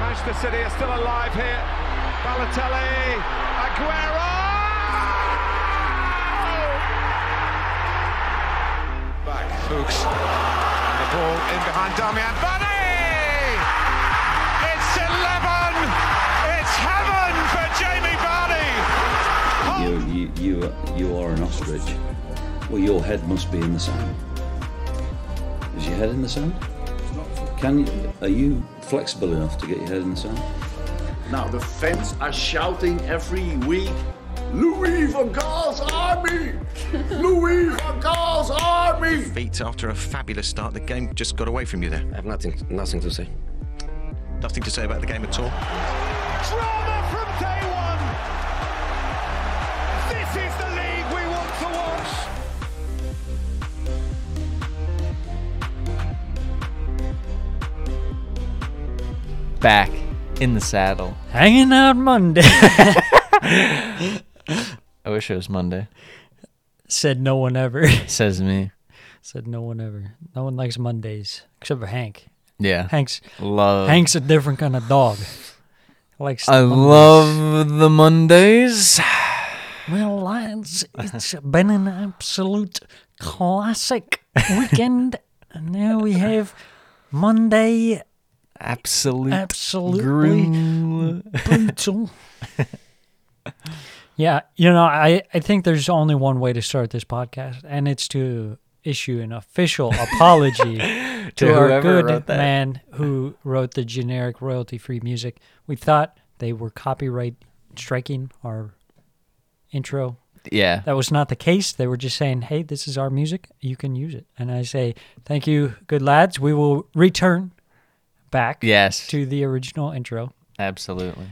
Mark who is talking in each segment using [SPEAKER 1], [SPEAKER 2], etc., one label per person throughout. [SPEAKER 1] Manchester City are still alive here. Balotelli, Aguero! Back, Fuchs. And the ball in behind Damian Barney! It's 11! It's heaven for Jamie Barney!
[SPEAKER 2] You, you, you, you are an ostrich. Well, your head must be in the sand. Is your head in the sand? Can you, are you flexible enough to get your head in the sand?
[SPEAKER 3] Now the fans are shouting every week, Louis van Gaal's army! Louis van Gaal's army!
[SPEAKER 4] feet after a fabulous start. The game just got away from you there.
[SPEAKER 5] I have nothing, nothing to say.
[SPEAKER 4] Nothing to say about the game at all.
[SPEAKER 1] Drama from day one! This is the league we want to watch!
[SPEAKER 6] back in the saddle.
[SPEAKER 7] Hanging out Monday,
[SPEAKER 6] I wish it was Monday.
[SPEAKER 7] said no one ever.
[SPEAKER 6] Says me.
[SPEAKER 7] said no one ever. No one likes Mondays except for Hank.
[SPEAKER 6] Yeah.
[SPEAKER 7] Hank's
[SPEAKER 6] Love.
[SPEAKER 7] Hank's a different kind of dog. Likes
[SPEAKER 6] I
[SPEAKER 7] Mondays.
[SPEAKER 6] love the Mondays.
[SPEAKER 7] Well, lads, it's been an absolute classic weekend. and now we have Monday
[SPEAKER 6] Absolute.
[SPEAKER 7] absolutely
[SPEAKER 6] Groom.
[SPEAKER 7] brutal. yeah, you know, I, I think there's only one way to start this podcast, and it's to issue an official apology to, our
[SPEAKER 6] whoever
[SPEAKER 7] good
[SPEAKER 6] wrote that.
[SPEAKER 7] man who wrote the generic royalty free music. We thought they were copyright striking our intro.
[SPEAKER 6] Yeah.
[SPEAKER 7] That was not the case. They were just saying, hey, this is our music. You can use it. And I say, thank you, good lads. We will return back
[SPEAKER 6] Yes.
[SPEAKER 7] to the original intro.
[SPEAKER 6] Absolutely.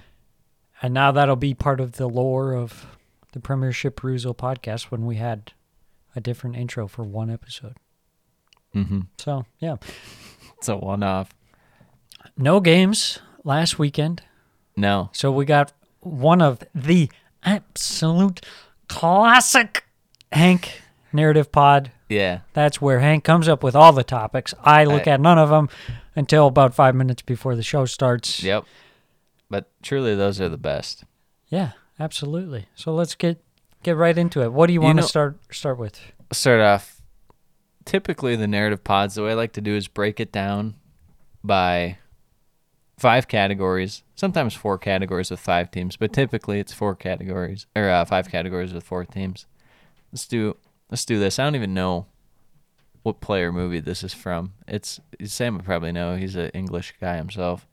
[SPEAKER 7] And now that'll be part of the lore of the Premiership Perusal podcast when we had a different intro for one episode. Mm-hmm. So, yeah.
[SPEAKER 6] It's a one off.
[SPEAKER 7] No games last weekend.
[SPEAKER 6] No.
[SPEAKER 7] So we got one of the absolute classic Hank narrative pod.
[SPEAKER 6] Yeah.
[SPEAKER 7] That's where Hank comes up with all the topics. I look
[SPEAKER 6] I-
[SPEAKER 7] at none of them until about five minutes before the show starts.
[SPEAKER 6] Yep. But truly, those are the best.
[SPEAKER 7] Yeah, absolutely. So let's get get right into it. What do you want to
[SPEAKER 6] know-
[SPEAKER 7] start start with?
[SPEAKER 6] start off typically the narrative pods the way i like to do is break it down by five categories sometimes four categories with five teams but typically it's four categories or uh, five categories with four teams let's do let's do this i don't even know what player movie this is from it's sam would probably know he's an english guy himself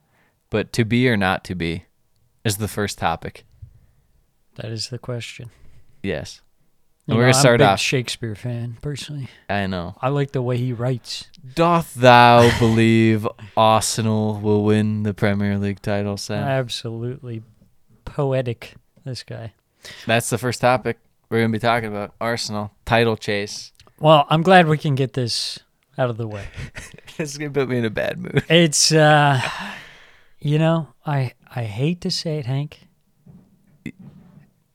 [SPEAKER 6] but to be or not to be is the first topic
[SPEAKER 7] That is the question.
[SPEAKER 6] yes
[SPEAKER 7] You
[SPEAKER 6] and we're
[SPEAKER 7] know,
[SPEAKER 6] gonna start
[SPEAKER 7] I'm a big
[SPEAKER 6] off
[SPEAKER 7] Shakespeare fan personally.
[SPEAKER 6] i know
[SPEAKER 7] I like the way he writes.
[SPEAKER 6] Doth thou believe Arsenal will win the Premier League title,
[SPEAKER 7] Uh,
[SPEAKER 6] Sam?
[SPEAKER 7] Absolutely poetic. This guy.
[SPEAKER 6] That's the first topic we're going to be talking about Arsenal title chase.
[SPEAKER 7] Well, I'm glad we can get this out of the way.
[SPEAKER 6] This is going to put me in a bad mood.
[SPEAKER 7] It's uh you know, I I hate to say it, Hank.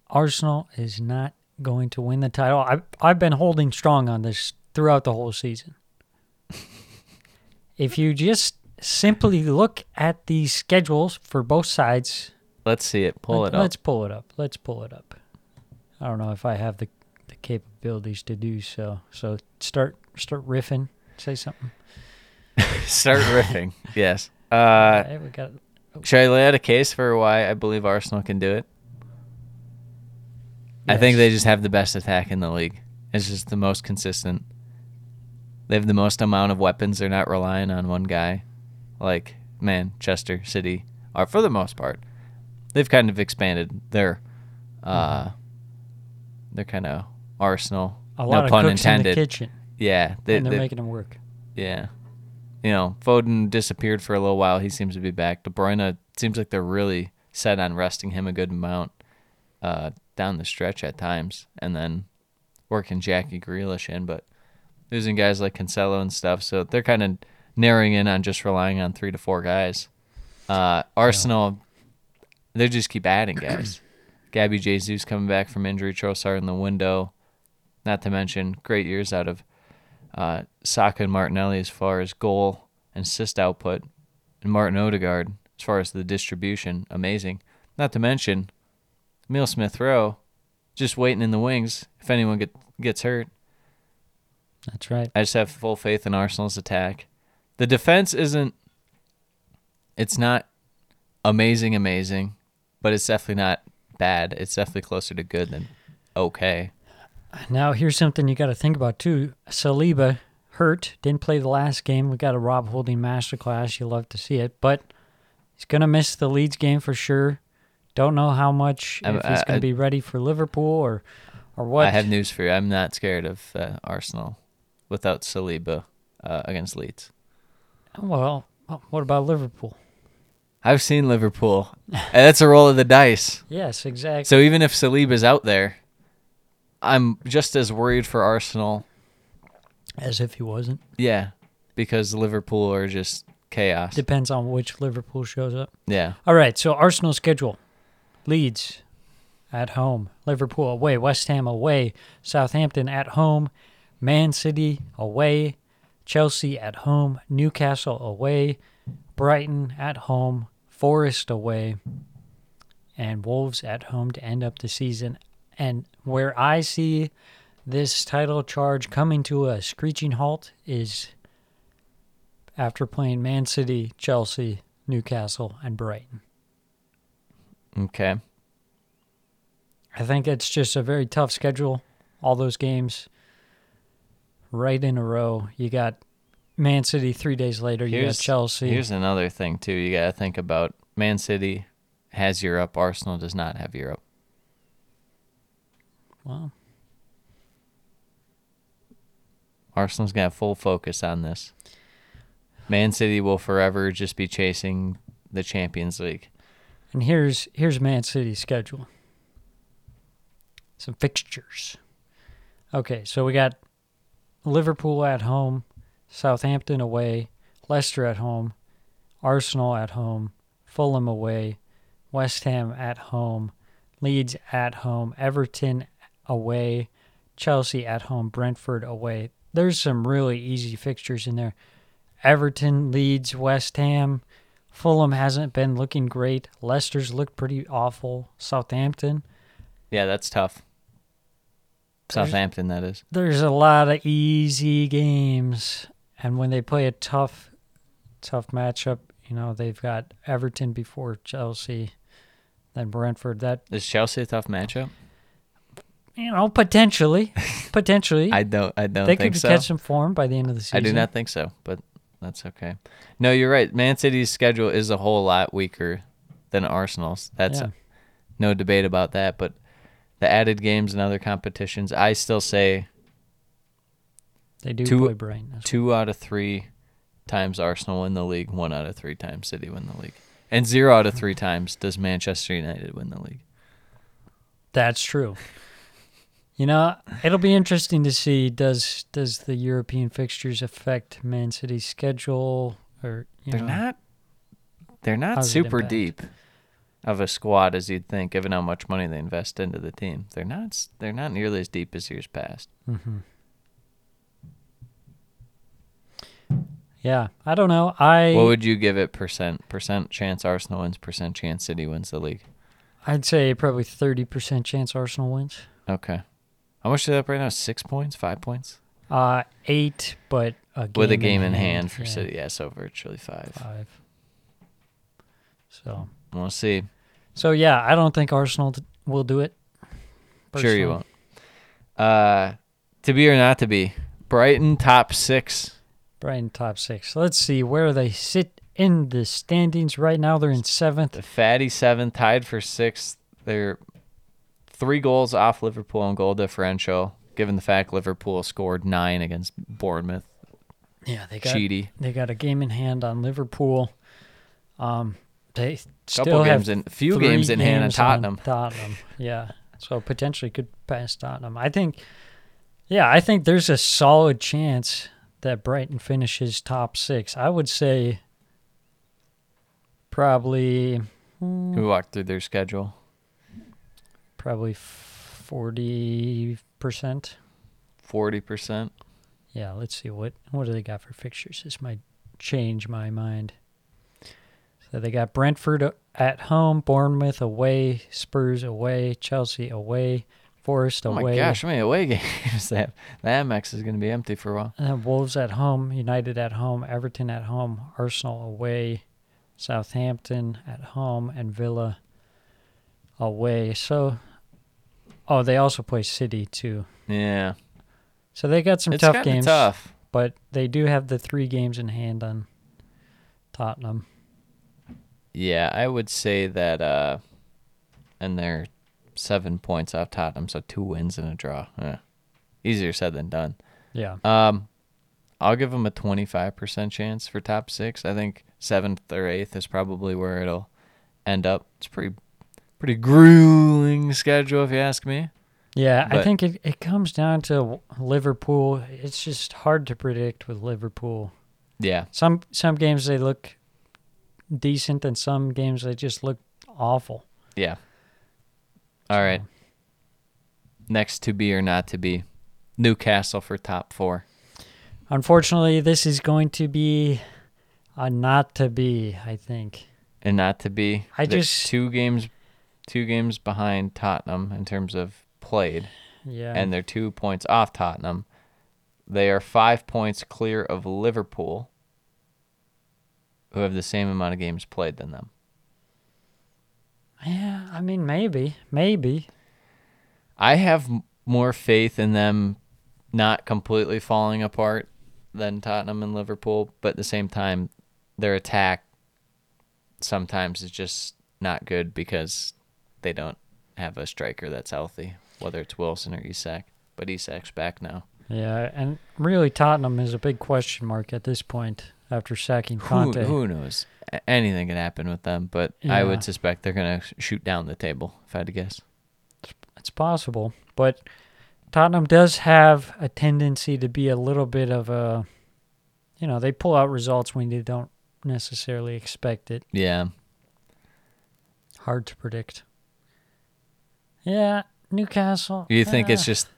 [SPEAKER 7] Arsenal is not going to win the title. I I've been holding strong on this throughout the whole season. if you just simply look at the schedules for both sides,
[SPEAKER 6] Let's see it. Pull it
[SPEAKER 7] let,
[SPEAKER 6] up.
[SPEAKER 7] us pull it up. Let's pull it up. I don't know if I have the the capabilities to do so. So start start riffing. Say something.
[SPEAKER 6] Start riffing. yes. Uh,
[SPEAKER 7] Hey, we got
[SPEAKER 6] should I lay out a case for why I believe Arsenal can do it? I think they just have the best attack in the league. It's just the most consistent. They have the most amount of weapons. They're not relying on one guy. Like Manchester City are, for the most part, they've kind of expanded their,
[SPEAKER 7] Hmm.
[SPEAKER 6] uh, their kind of Arsenal.
[SPEAKER 7] a lot
[SPEAKER 6] no
[SPEAKER 7] of
[SPEAKER 6] pun
[SPEAKER 7] cooks
[SPEAKER 6] intended.
[SPEAKER 7] in the kitchen,
[SPEAKER 6] Yeah, they,
[SPEAKER 7] and they're
[SPEAKER 6] they-
[SPEAKER 7] making them work.
[SPEAKER 6] yeah. You know, Foden disappeared for a little while. He seems to be back. De Bruyne seems like they're really set on resting him a good amount uh, down the stretch at times and then working Jackie Grealish in, but losing guys like Cancelo and stuff. So they're kind of narrowing in on just relying on three to four guys. Uh, Arsenal, they just keep adding guys. Gabby Jesus coming back from injury, Trossard in the window. Not to mention great years out of uh, Saka and Martinelli as far as goal and assist output, and Martin Odegaard as far as the distribution. Amazing. Not to mention, Emil Smith Rowe just waiting in the wings if anyone get, gets hurt.
[SPEAKER 7] That's right.
[SPEAKER 6] I just have full faith in Arsenal's attack. The defense isn't it's not amazing amazing, but it's definitely not bad. It's definitely closer to good than okay.
[SPEAKER 7] Now here's something you got to think about too. Saliba hurt, didn't play the last game. We got a Rob Holding masterclass. You love to see it, but he's gonna miss the Leeds game for sure. Don't know how much
[SPEAKER 6] Um,
[SPEAKER 7] if he's
[SPEAKER 6] I-
[SPEAKER 7] gonna
[SPEAKER 6] I-
[SPEAKER 7] be ready for Liverpool or or what.
[SPEAKER 6] I have news for you. I'm not scared of uh, Arsenal without Saliba uh, against Leeds.
[SPEAKER 7] well, what about Liverpool?
[SPEAKER 6] I've seen Liverpool. And That's a roll of the dice.
[SPEAKER 7] Yes, exactly.
[SPEAKER 6] So even if Saliba's out there, I'm just as worried for Arsenal.
[SPEAKER 7] As if he wasn't.
[SPEAKER 6] Yeah, because Liverpool are just chaos.
[SPEAKER 7] Depends on which Liverpool shows up.
[SPEAKER 6] yeah.
[SPEAKER 7] All right, so Arsenal schedule: Leeds at home, Liverpool away, West Ham away, Southampton at home, Man City away, Chelsea at home, Newcastle away, Brighton at home, Forest away, and Wolves at home to end up the season. And where I see this title charge coming to a screeching halt is after playing Man City, Chelsea, Newcastle, and Brighton.
[SPEAKER 6] Okay.
[SPEAKER 7] I think it's just a very tough schedule. All those games right in a row. You got Man City three days later. You got Chelsea.
[SPEAKER 6] Here's another thing too. You got to think about Man City has Europe. Arsenal does not have Europe.
[SPEAKER 7] Wow.
[SPEAKER 6] Arsenal's gonna have full focus on this. Man City will forever just be chasing the Champions League.
[SPEAKER 7] And here's here's Man City's schedule. Some fixtures. Okay, so we got Liverpool at home, Southampton away, Leicester at home, Arsenal at home, Fulham away, West Ham at home, Leeds at home, Everton away, Chelsea at home, Brentford away. There's some really easy fixtures in there. Everton, Leeds, West Ham, Fulham hasn't been looking great. Leicester's looked pretty awful. Southampton.
[SPEAKER 6] Yeah, that's tough.
[SPEAKER 7] There's-
[SPEAKER 6] Southampton, that is.
[SPEAKER 7] There's a lot of easy games. And when they play a tough, tough matchup, you know, they've got Everton before Chelsea, then Brentford. That,
[SPEAKER 6] Is Chelsea a tough matchup?
[SPEAKER 7] you know, potentially, potentially,
[SPEAKER 6] I don't. I don't
[SPEAKER 7] they
[SPEAKER 6] think
[SPEAKER 7] could
[SPEAKER 6] so.
[SPEAKER 7] catch some form by the end of the season.
[SPEAKER 6] I do not think so, but that's okay. No, you're right. Man City's schedule is a whole lot weaker than Arsenal's. That's
[SPEAKER 7] Yeah.
[SPEAKER 6] no debate about that. But the added games and other competitions, I still say
[SPEAKER 7] They do
[SPEAKER 6] Two-
[SPEAKER 7] play Brighton. That's-
[SPEAKER 6] two out of three times Arsenal win the league, one out of three times City win the league, and zero out of three times does Manchester United win the league.
[SPEAKER 7] That's true. You know, it'll be interesting to see does does the European fixtures affect Man City's schedule or you
[SPEAKER 6] They're
[SPEAKER 7] know,
[SPEAKER 6] not. They're not
[SPEAKER 7] How's it
[SPEAKER 6] super
[SPEAKER 7] impact?
[SPEAKER 6] deep of a squad as you'd think, given how much money they invest into the team. They're not. s- They're not nearly as deep as years past.
[SPEAKER 7] Yeah, I don't know. I
[SPEAKER 6] What would you give it percent? Percent chance Arsenal wins. Percent chance City wins the league.
[SPEAKER 7] I'd say probably thirty percent chance Arsenal wins.
[SPEAKER 6] Okay. How much is that right now? Six points? Five points?
[SPEAKER 7] Uh eight, but a game
[SPEAKER 6] With a game in hand, for
[SPEAKER 7] yeah,
[SPEAKER 6] City. Yeah, so virtually five.
[SPEAKER 7] Five. So
[SPEAKER 6] We'll see.
[SPEAKER 7] so yeah, I don't think Arsenal t- will do it.
[SPEAKER 6] Sure you
[SPEAKER 7] personally.
[SPEAKER 6] won't. Uh, to be or not to be. Brighton top six.
[SPEAKER 7] Brighton top six. Let's see where they sit in the standings right now. They're in seventh.
[SPEAKER 6] The fatty seven tied for sixth. They're three goals off Liverpool on goal differential. Given the fact Liverpool scored nine against Bournemouth,
[SPEAKER 7] Yeah, they got
[SPEAKER 6] cheaty.
[SPEAKER 7] They got a game in hand on Liverpool. Um, they still
[SPEAKER 6] Couple
[SPEAKER 7] have
[SPEAKER 6] games in, few
[SPEAKER 7] three
[SPEAKER 6] games in hand on
[SPEAKER 7] games on
[SPEAKER 6] Tottenham.
[SPEAKER 7] Tottenham, yeah. So potentially could pass Tottenham. I think, yeah, I think there's a solid chance that Brighton finishes top six. I would say probably
[SPEAKER 6] We walked through their schedule.
[SPEAKER 7] probably forty percent.
[SPEAKER 6] Forty percent.
[SPEAKER 7] Yeah, let's see what what do they got for fixtures. This might change my mind. So So they got Brentford at home, Bournemouth away, Spurs away, Chelsea away, Forest
[SPEAKER 6] Oh my
[SPEAKER 7] away,
[SPEAKER 6] gosh, how many away games they have? The Amex is going to be empty for a while.
[SPEAKER 7] and then uh, Wolves at home, United at home, Everton at home, Arsenal away, Southampton at home, and Villa away. So, oh, they also play City too.
[SPEAKER 6] Yeah,
[SPEAKER 7] So they got some
[SPEAKER 6] it's
[SPEAKER 7] tough
[SPEAKER 6] kinda
[SPEAKER 7] games,
[SPEAKER 6] tough.
[SPEAKER 7] but they do have the three games in hand on Tottenham.
[SPEAKER 6] Yeah, I would say that, uh, and they're seven points off Tottenham, so two wins and a draw. Eh, Easier said than done. Um,
[SPEAKER 7] Yeah,
[SPEAKER 6] I'll give them a 25% chance for top six. I think seventh or eighth is probably where it'll end up. It's pretty, pretty grueling schedule if you ask me.
[SPEAKER 7] yeah. I
[SPEAKER 6] but-
[SPEAKER 7] think it, it comes down to Liverpool. It's just hard to predict with Liverpool.
[SPEAKER 6] Yeah,
[SPEAKER 7] Some some games they look decent, and some games they just look awful.
[SPEAKER 6] yeah. All right. Next to be or not to be, Newcastle for top four.
[SPEAKER 7] Unfortunately, this is going to be a not to be. I think.
[SPEAKER 6] and not to be.
[SPEAKER 7] I
[SPEAKER 6] They're
[SPEAKER 7] just-
[SPEAKER 6] two games, two games behind Tottenham in terms of played,
[SPEAKER 7] Yeah.
[SPEAKER 6] and they're two points off Tottenham. They are five points clear of Liverpool, who have the same amount of games played than them.
[SPEAKER 7] yeah. I mean, maybe, maybe.
[SPEAKER 6] I have m- more faith in them not completely falling apart than Tottenham and Liverpool, but at the same time, their attack sometimes is just not good because they don't have a striker that's healthy, whether it's Wilson or Isak. But Isak's back now.
[SPEAKER 7] Yeah, and really, Tottenham is a big question mark at this point after sacking
[SPEAKER 6] Who,
[SPEAKER 7] Conte.
[SPEAKER 6] who knows? A- Anything can happen with them, but I
[SPEAKER 7] Yeah.
[SPEAKER 6] would suspect they're going to shoot down the table, if I had to guess.
[SPEAKER 7] It's possible, but Tottenham does have a tendency to be a little bit of a, you know, they pull out results when they don't necessarily expect it.
[SPEAKER 6] Yeah.
[SPEAKER 7] Hard to predict. Yeah, Newcastle.
[SPEAKER 6] You think
[SPEAKER 7] ah,
[SPEAKER 6] it's just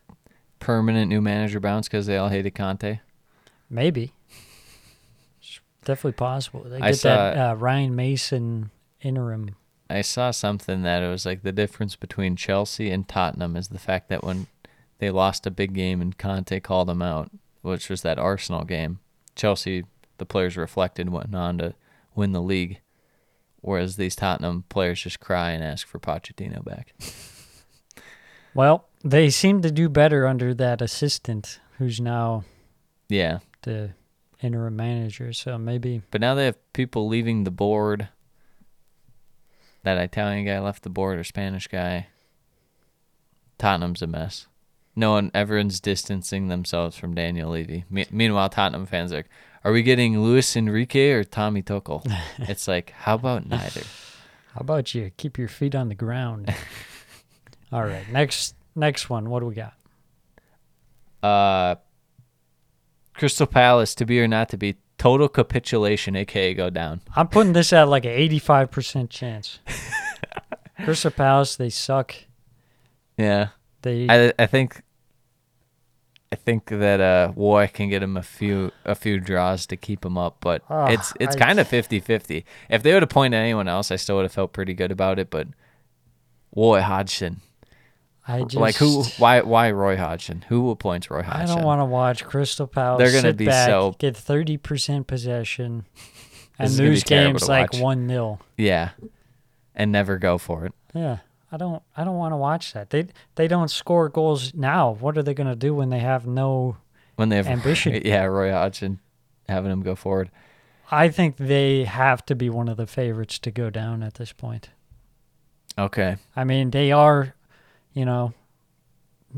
[SPEAKER 6] permanent new manager bounce because they all hated Conte?
[SPEAKER 7] maybe? It's definitely possible. They
[SPEAKER 6] I
[SPEAKER 7] get that uh, Ryan Mason interim.
[SPEAKER 6] I saw something that it was like the difference between Chelsea and Tottenham is the fact that when they lost a big game and Conte called them out, which was that Arsenal game, Chelsea the players reflected went on to win the league, whereas these Tottenham players just cry and ask for Pochettino back.
[SPEAKER 7] Well, they seem to do better under that assistant who's now
[SPEAKER 6] Yeah,
[SPEAKER 7] the interim manager. So maybe
[SPEAKER 6] but now they have people leaving the board. That Italian guy left the board, or Spanish guy. Tottenham's a mess. No one, everyone's distancing themselves from Daniel Levy. Me- meanwhile, Tottenham fans are, like, are we getting Luis Enrique or Tommy Tuchel? it's like, how about neither?
[SPEAKER 7] how about you keep your feet on the ground? All right, next next one. What do we got?
[SPEAKER 6] Uh, Crystal Palace to be or not to be total capitulation, aka go down.
[SPEAKER 7] I'm putting this at like an 85 percent chance. Crystal Palace, they suck.
[SPEAKER 6] Yeah,
[SPEAKER 7] They
[SPEAKER 6] I I think I think that uh Warwick can get him a few a few draws to keep him up, but
[SPEAKER 7] Ah,
[SPEAKER 6] it's it's
[SPEAKER 7] I-
[SPEAKER 6] kind of 50-50. If they would have pointed anyone else, I still would have felt pretty good about it, but Roy Hodgson.
[SPEAKER 7] I just
[SPEAKER 6] Like who why why Roy Hodgson? Who appoints Roy
[SPEAKER 7] I
[SPEAKER 6] Hodgson?
[SPEAKER 7] don't want to watch Crystal Palace.
[SPEAKER 6] They're gonna
[SPEAKER 7] sit
[SPEAKER 6] be
[SPEAKER 7] back,
[SPEAKER 6] so-
[SPEAKER 7] get 30 percent possession and
[SPEAKER 6] is gonna be
[SPEAKER 7] lose
[SPEAKER 6] terrible
[SPEAKER 7] games
[SPEAKER 6] to
[SPEAKER 7] like
[SPEAKER 6] watch.
[SPEAKER 7] one 0
[SPEAKER 6] Yeah. And never go for it.
[SPEAKER 7] Yeah, I don't. I don't want to watch that. They they don't score goals now. What are they gonna do when they have no?
[SPEAKER 6] When they have
[SPEAKER 7] Ambition.
[SPEAKER 6] yeah, Roy Hodgson having him go forward.
[SPEAKER 7] I think they have to be one of the favorites to go down at this point.
[SPEAKER 6] Okay.
[SPEAKER 7] I mean, they are, you know,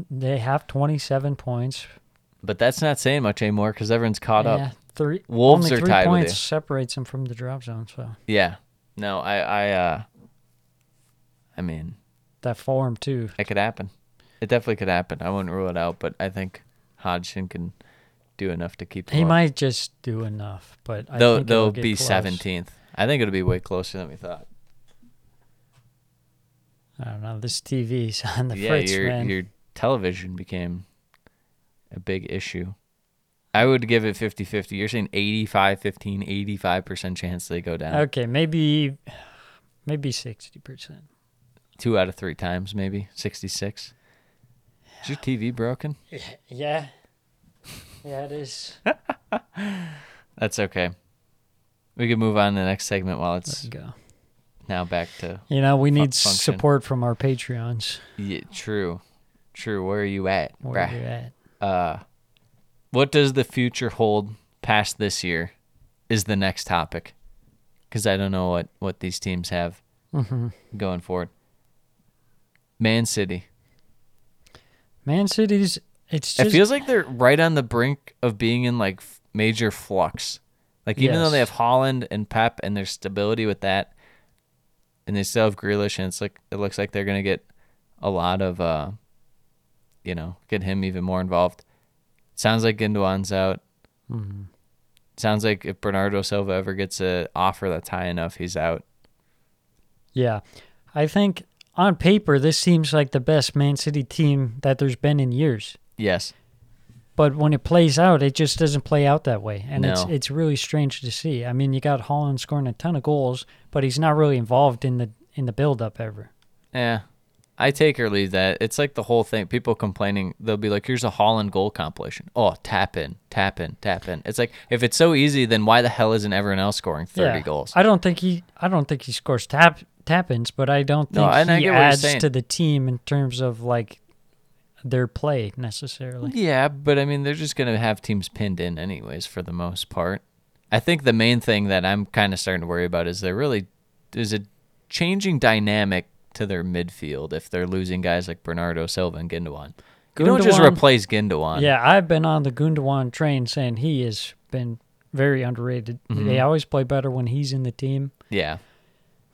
[SPEAKER 7] they have twenty seven points.
[SPEAKER 6] But that's not saying much anymore because everyone's caught
[SPEAKER 7] Yeah,
[SPEAKER 6] up.
[SPEAKER 7] three
[SPEAKER 6] Wolves
[SPEAKER 7] only
[SPEAKER 6] are
[SPEAKER 7] three
[SPEAKER 6] tied with
[SPEAKER 7] points
[SPEAKER 6] you.
[SPEAKER 7] separates them from the drop zone. So
[SPEAKER 6] Yeah. No, I I uh I mean
[SPEAKER 7] that form too.
[SPEAKER 6] It could happen. It definitely could happen. I wouldn't rule it out, but I think Hodgson can do enough to keep.
[SPEAKER 7] He
[SPEAKER 6] them up.
[SPEAKER 7] might just do enough, but I
[SPEAKER 6] They'll
[SPEAKER 7] think it'll
[SPEAKER 6] they'll
[SPEAKER 7] get
[SPEAKER 6] be
[SPEAKER 7] close.
[SPEAKER 6] seventeenth. I think it'll be way closer than we thought.
[SPEAKER 7] I don't know. This TV's on the
[SPEAKER 6] yeah,
[SPEAKER 7] fritz,
[SPEAKER 6] your
[SPEAKER 7] man.
[SPEAKER 6] your television became a big issue. I would give it 50 50. You're saying 85 15, 85% chance they go down.
[SPEAKER 7] Okay, maybe maybe 60%.
[SPEAKER 6] Two out of three times, maybe. 66. Is your TV broken?
[SPEAKER 7] Yeah. Yeah, it is.
[SPEAKER 6] That's okay. We can move on to the next segment while it's
[SPEAKER 7] go.
[SPEAKER 6] now back to.
[SPEAKER 7] You know, we need
[SPEAKER 6] function.
[SPEAKER 7] support from our Patreons.
[SPEAKER 6] Yeah, true. True. Where are you at?
[SPEAKER 7] Where
[SPEAKER 6] bruh?
[SPEAKER 7] you at?
[SPEAKER 6] What does the future hold past this year is the next topic. Because I don't know what, what these teams have
[SPEAKER 7] Mm-hmm.
[SPEAKER 6] going forward. Man City.
[SPEAKER 7] Man City's it's just
[SPEAKER 6] it feels like they're right on the brink of being in like f- major flux. Like even though they
[SPEAKER 7] Yes.
[SPEAKER 6] have Holland and Pep and their stability with that, and they still have Grealish, and it's like it looks like they're gonna get a lot of, uh you know, get him even more involved. Sounds like Gundogan's out.
[SPEAKER 7] Mm-hmm.
[SPEAKER 6] Sounds like if Bernardo Silva ever gets a offer that's high enough, he's out.
[SPEAKER 7] Yeah. I think on paper this seems like the best Man City team that there's been in years.
[SPEAKER 6] Yes,
[SPEAKER 7] But when it plays out, it just doesn't play out that way. And it's
[SPEAKER 6] No.
[SPEAKER 7] it's really strange to see. I mean, you got Holland scoring a ton of goals, but he's not really involved in the in the build up ever.
[SPEAKER 6] Yeah. I take or leave that. It's like the whole thing. People complaining, they'll be like, here's a Holland goal compilation. Oh, tap in, tap in, tap in. It's like, if it's so easy, then why the hell isn't everyone else scoring 30
[SPEAKER 7] Yeah.
[SPEAKER 6] goals?
[SPEAKER 7] I don't think he I don't think he scores tap tap ins, but I don't
[SPEAKER 6] No,
[SPEAKER 7] think
[SPEAKER 6] and I
[SPEAKER 7] he
[SPEAKER 6] get what you're
[SPEAKER 7] adds
[SPEAKER 6] saying.
[SPEAKER 7] to the team in terms of like their play necessarily.
[SPEAKER 6] yeah, but I mean, they're just going to have teams pinned in, anyways, for the most part. I think the main thing that I'm kind of starting to worry about is they're really, there's a changing dynamic to their midfield if they're losing guys like Bernardo Silva and Gundogan. You don't just
[SPEAKER 7] Gundogan-
[SPEAKER 6] replace Gundogan.
[SPEAKER 7] Yeah, I've been on the Gundogan train saying he has been very underrated. They always play better when he's in the team.
[SPEAKER 6] Yeah.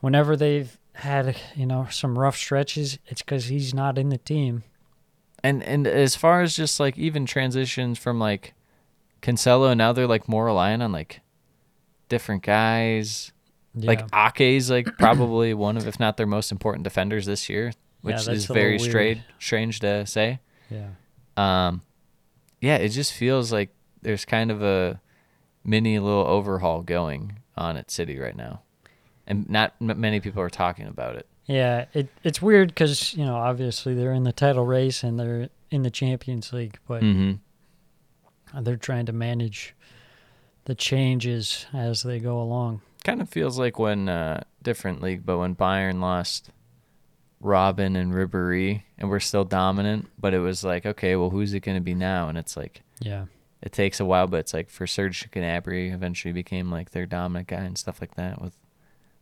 [SPEAKER 7] Whenever they've had, you know, some rough stretches, it's cuz he's not in the team.
[SPEAKER 6] and and as far as just like even transitions from like Cancelo now they're like more reliant on like different guys.
[SPEAKER 7] Yeah.
[SPEAKER 6] Like Ake's like probably one of if not their most important defenders this year, which
[SPEAKER 7] that's
[SPEAKER 6] is
[SPEAKER 7] a
[SPEAKER 6] very
[SPEAKER 7] little
[SPEAKER 6] strange
[SPEAKER 7] weird.
[SPEAKER 6] strange to say. Um,
[SPEAKER 7] Yeah.
[SPEAKER 6] Yeah, it just feels like there's kind of a mini little overhaul going on at City right now. And not m- many people are talking about it.
[SPEAKER 7] Yeah, it it's weird cuz, you know, obviously they're in the title race and they're in the Champions League, but
[SPEAKER 6] Mhm.
[SPEAKER 7] they're trying to manage the changes as they go along.
[SPEAKER 6] Kind of feels like when uh, different league, but when Bayern lost Robin and Ribery, and we're still dominant, but it was like, okay, well, who's it going to be now? And it's like
[SPEAKER 7] Yeah.
[SPEAKER 6] it takes a while, but it's like for Serge Gnabry, eventually became like their dominant guy and stuff like that with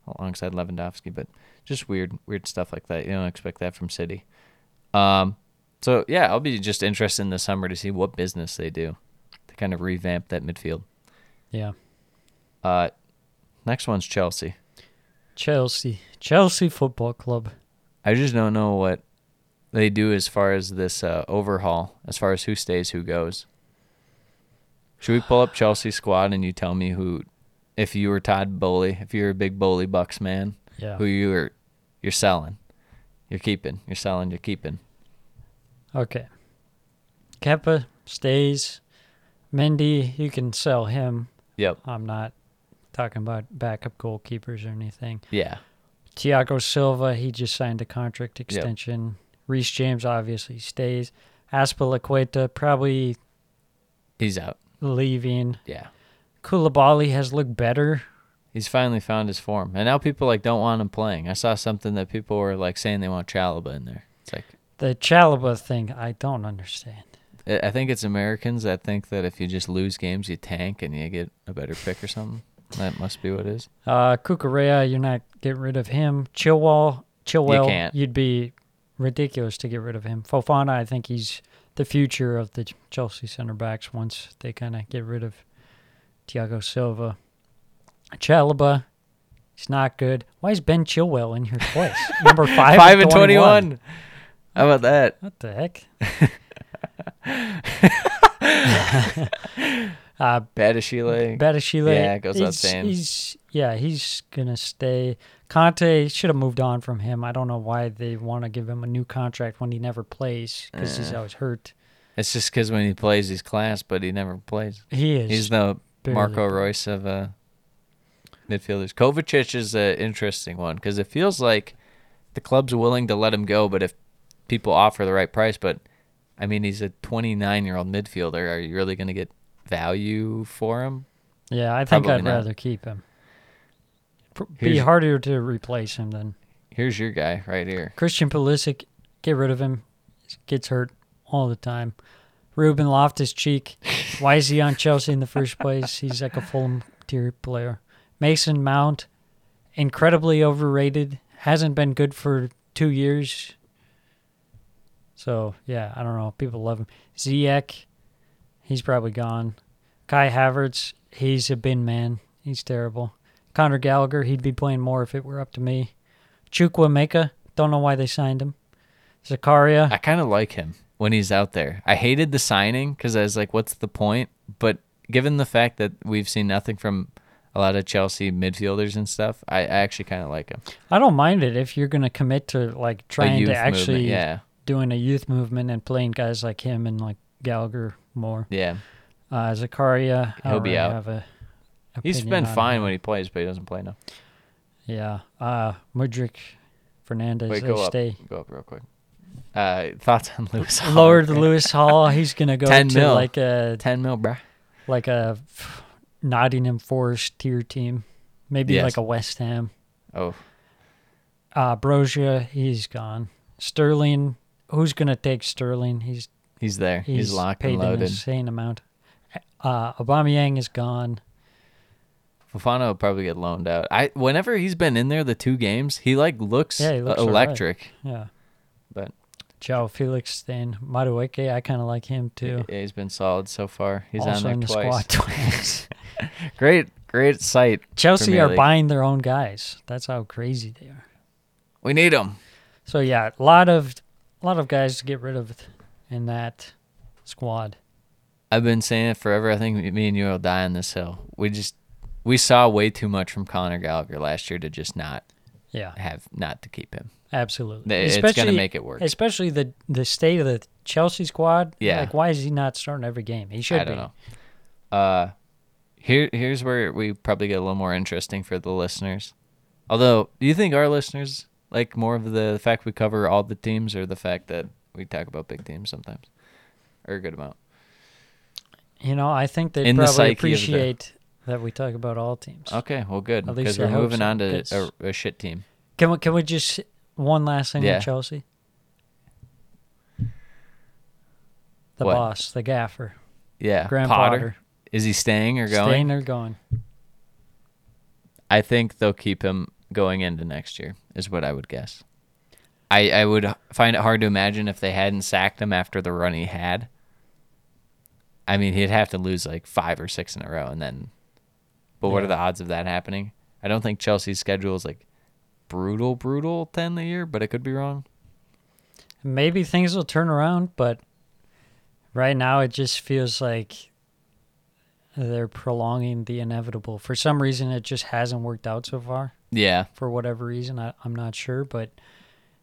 [SPEAKER 6] alongside Lewandowski, but just weird, weird stuff like that. You don't expect that from City. Um, so yeah, I'll be just interested in the summer to see what business they do to kind of revamp that midfield.
[SPEAKER 7] Yeah.
[SPEAKER 6] Uh, next one's Chelsea.
[SPEAKER 7] Chelsea, Chelsea Football Club.
[SPEAKER 6] I just don't know what they do as far as this uh, overhaul, as far as who stays, who goes. Should we pull up Chelsea's squad and you tell me who, if you were Todd Bowley, if you're a big Bowley Bucks man,
[SPEAKER 7] Yeah.
[SPEAKER 6] who you're you're selling, you're keeping, you're selling, you're keeping.
[SPEAKER 7] Okay. Keppa stays. Mendy, you can sell him.
[SPEAKER 6] Yep.
[SPEAKER 7] I'm not talking about backup goalkeepers or anything.
[SPEAKER 6] Yeah.
[SPEAKER 7] Thiago Silva, he just signed a contract extension. Reece James obviously stays. Aspilaqueta probably
[SPEAKER 6] He's out.
[SPEAKER 7] leaving.
[SPEAKER 6] Yeah.
[SPEAKER 7] Koulibaly has looked better.
[SPEAKER 6] He's finally found his form, and now people like don't want him playing. I saw something that people were like saying they want Chalaba in there. It's like
[SPEAKER 7] The Chalaba thing, I don't understand.
[SPEAKER 6] I I think it's Americans that think that if you just lose games, you tank and you get a better pick or something. That must be what it is.
[SPEAKER 7] Uh, Kukurea, you're not getting rid of him. Chilwell, Chilwell,
[SPEAKER 6] can't.
[SPEAKER 7] would be ridiculous to get rid of him. Fofana, I think he's the future of the Chelsea center backs once they kind of get rid of Thiago Silva. Chalaba, he's not good. Why is Ben Chilwell in here twice? Number five,
[SPEAKER 6] Five and
[SPEAKER 7] 21.
[SPEAKER 6] twenty-one. How about that?
[SPEAKER 7] What the heck? uh,
[SPEAKER 6] Badashile.
[SPEAKER 7] Badashile.
[SPEAKER 6] Yeah, it goes without
[SPEAKER 7] he's-
[SPEAKER 6] saying.
[SPEAKER 7] He's yeah, he's gonna stay. Conte should have moved on
[SPEAKER 6] Eh.
[SPEAKER 7] from him. I don't know why they want to give him a new contract when he never plays because he's always hurt.
[SPEAKER 6] It's just because when he plays, he's class, but he never plays.
[SPEAKER 7] He is.
[SPEAKER 6] He's the
[SPEAKER 7] barely
[SPEAKER 6] Marco
[SPEAKER 7] played.
[SPEAKER 6] Royce of uh, midfielders. Kovacic is an interesting one because it feels like the club's willing to let him go, but if people offer the right price, but I mean, he's a 29 year old midfielder. Are you really going to get value for him?
[SPEAKER 7] yeah, I think
[SPEAKER 6] probably
[SPEAKER 7] I'd
[SPEAKER 6] not.
[SPEAKER 7] rather keep him. Pr- Be
[SPEAKER 6] Here's-
[SPEAKER 7] harder to replace him than
[SPEAKER 6] Here's your guy right here.
[SPEAKER 7] Christian Pulisic. Get rid of him. Gets hurt all the time. Ruben Loftus Cheek. Why is he on Chelsea in the first place? He's like a Fulham tier player. Mason Mount, incredibly overrated. Hasn't been good for two years. So yeah, I don't know. People love him. Ziyech, he's probably gone. Kai Havertz, he's a bin man. He's terrible. Connor Gallagher, he'd be playing more if it were up to me. Chukwameka, don't know why they signed him. Zakaria,
[SPEAKER 6] I kind of like him when he's out there. I hated the signing because I was like, what's the point? But given the fact that we've seen nothing from a lot of Chelsea midfielders and stuff, I, I actually kind of like him.
[SPEAKER 7] I don't mind it if you're gonna commit to like trying
[SPEAKER 6] youth
[SPEAKER 7] to
[SPEAKER 6] movement,
[SPEAKER 7] actually
[SPEAKER 6] yeah.
[SPEAKER 7] doing a youth movement and playing guys like him and like Gallagher more.
[SPEAKER 6] Yeah.
[SPEAKER 7] Uh, Zakaria, I
[SPEAKER 6] He'll
[SPEAKER 7] don't
[SPEAKER 6] be
[SPEAKER 7] really
[SPEAKER 6] out.
[SPEAKER 7] Have a
[SPEAKER 6] He's
[SPEAKER 7] opinion
[SPEAKER 6] been
[SPEAKER 7] on
[SPEAKER 6] fine when he plays, but he doesn't play enough.
[SPEAKER 7] Yeah. Uh Mudrick Fernandez
[SPEAKER 6] Wait,
[SPEAKER 7] they
[SPEAKER 6] go up.
[SPEAKER 7] stay.
[SPEAKER 6] Go up real quick. Uh, thoughts on Lewis Hall?
[SPEAKER 7] Lord Lewis Hall, he's gonna go
[SPEAKER 6] 10
[SPEAKER 7] to
[SPEAKER 6] mil.
[SPEAKER 7] like a
[SPEAKER 6] 10 mil, bruh.
[SPEAKER 7] like a f- Nottingham Forest tier team. Maybe
[SPEAKER 6] Yes.
[SPEAKER 7] like a West Ham.
[SPEAKER 6] Oh,
[SPEAKER 7] Uh Brosia, he's gone. Sterling, who's gonna take Sterling? He's
[SPEAKER 6] he's there.
[SPEAKER 7] he's,
[SPEAKER 6] He's, locked
[SPEAKER 7] paid
[SPEAKER 6] and
[SPEAKER 7] an
[SPEAKER 6] loaded.
[SPEAKER 7] insane amount. Uh Aubameyang is gone.
[SPEAKER 6] Fofana will probably get loaned out. I Whenever he's been in there, the two games, he like looks,
[SPEAKER 7] Yeah, he looks
[SPEAKER 6] uh,
[SPEAKER 7] all right.
[SPEAKER 6] electric.
[SPEAKER 7] Yeah.
[SPEAKER 6] But
[SPEAKER 7] Joe Felix then Madueke, I kinda like him too.
[SPEAKER 6] Yeah, he's been solid so far. He's
[SPEAKER 7] also
[SPEAKER 6] on
[SPEAKER 7] in the
[SPEAKER 6] there twice.
[SPEAKER 7] squad twice.
[SPEAKER 6] Great, great sight.
[SPEAKER 7] Chelsea
[SPEAKER 6] Premier
[SPEAKER 7] are
[SPEAKER 6] League.
[SPEAKER 7] buying their own guys. That's how crazy they are.
[SPEAKER 6] We need him.
[SPEAKER 7] So yeah, a lot of a lot of guys to get rid of in that squad.
[SPEAKER 6] I've been saying it forever. I think me and you will die on this hill. We just we saw way too much from Connor Gallagher last year to just not
[SPEAKER 7] Yeah,
[SPEAKER 6] have not to keep him.
[SPEAKER 7] absolutely.
[SPEAKER 6] Th- it's gonna
[SPEAKER 7] Especially-
[SPEAKER 6] make it work.
[SPEAKER 7] Especially the the state of the Chelsea squad.
[SPEAKER 6] Yeah.
[SPEAKER 7] Like why is he not starting every game? He should
[SPEAKER 6] I don't
[SPEAKER 7] be.
[SPEAKER 6] know. Uh, here here's where we probably get a little more interesting for the listeners. Although, do you think our listeners like more of the fact we cover all the teams or the fact that we talk about big teams sometimes, or a good amount?
[SPEAKER 7] You know, I think they
[SPEAKER 6] In the
[SPEAKER 7] probably
[SPEAKER 6] psyche of the-
[SPEAKER 7] appreciate that we talk about all teams.
[SPEAKER 6] Okay, well, good
[SPEAKER 7] At
[SPEAKER 6] because
[SPEAKER 7] least I
[SPEAKER 6] we're
[SPEAKER 7] hope
[SPEAKER 6] moving
[SPEAKER 7] so,
[SPEAKER 6] on to
[SPEAKER 7] 'cause-
[SPEAKER 6] a, a shit team.
[SPEAKER 7] Can we can we just one last thing
[SPEAKER 6] Yeah.
[SPEAKER 7] on Chelsea? The
[SPEAKER 6] What?
[SPEAKER 7] boss, the gaffer,
[SPEAKER 6] Yeah,
[SPEAKER 7] Graham
[SPEAKER 6] Potter.
[SPEAKER 7] Potter.
[SPEAKER 6] Is he staying or going?
[SPEAKER 7] staying or going.
[SPEAKER 6] I think they'll keep him going into next year. Is what I would guess. I I would h- find it hard to imagine if they hadn't sacked him after the run he had. I mean, he'd have to lose like five or six in a row, and then. But what are the odds of that happening? I don't think Chelsea's schedule is like brutal, brutal ten a year, but I could be wrong.
[SPEAKER 7] maybe things will turn around, but right now it just feels like they're prolonging the inevitable. For some reason, it just hasn't worked out so far.
[SPEAKER 6] Yeah,
[SPEAKER 7] For whatever reason, I, I'm not sure, but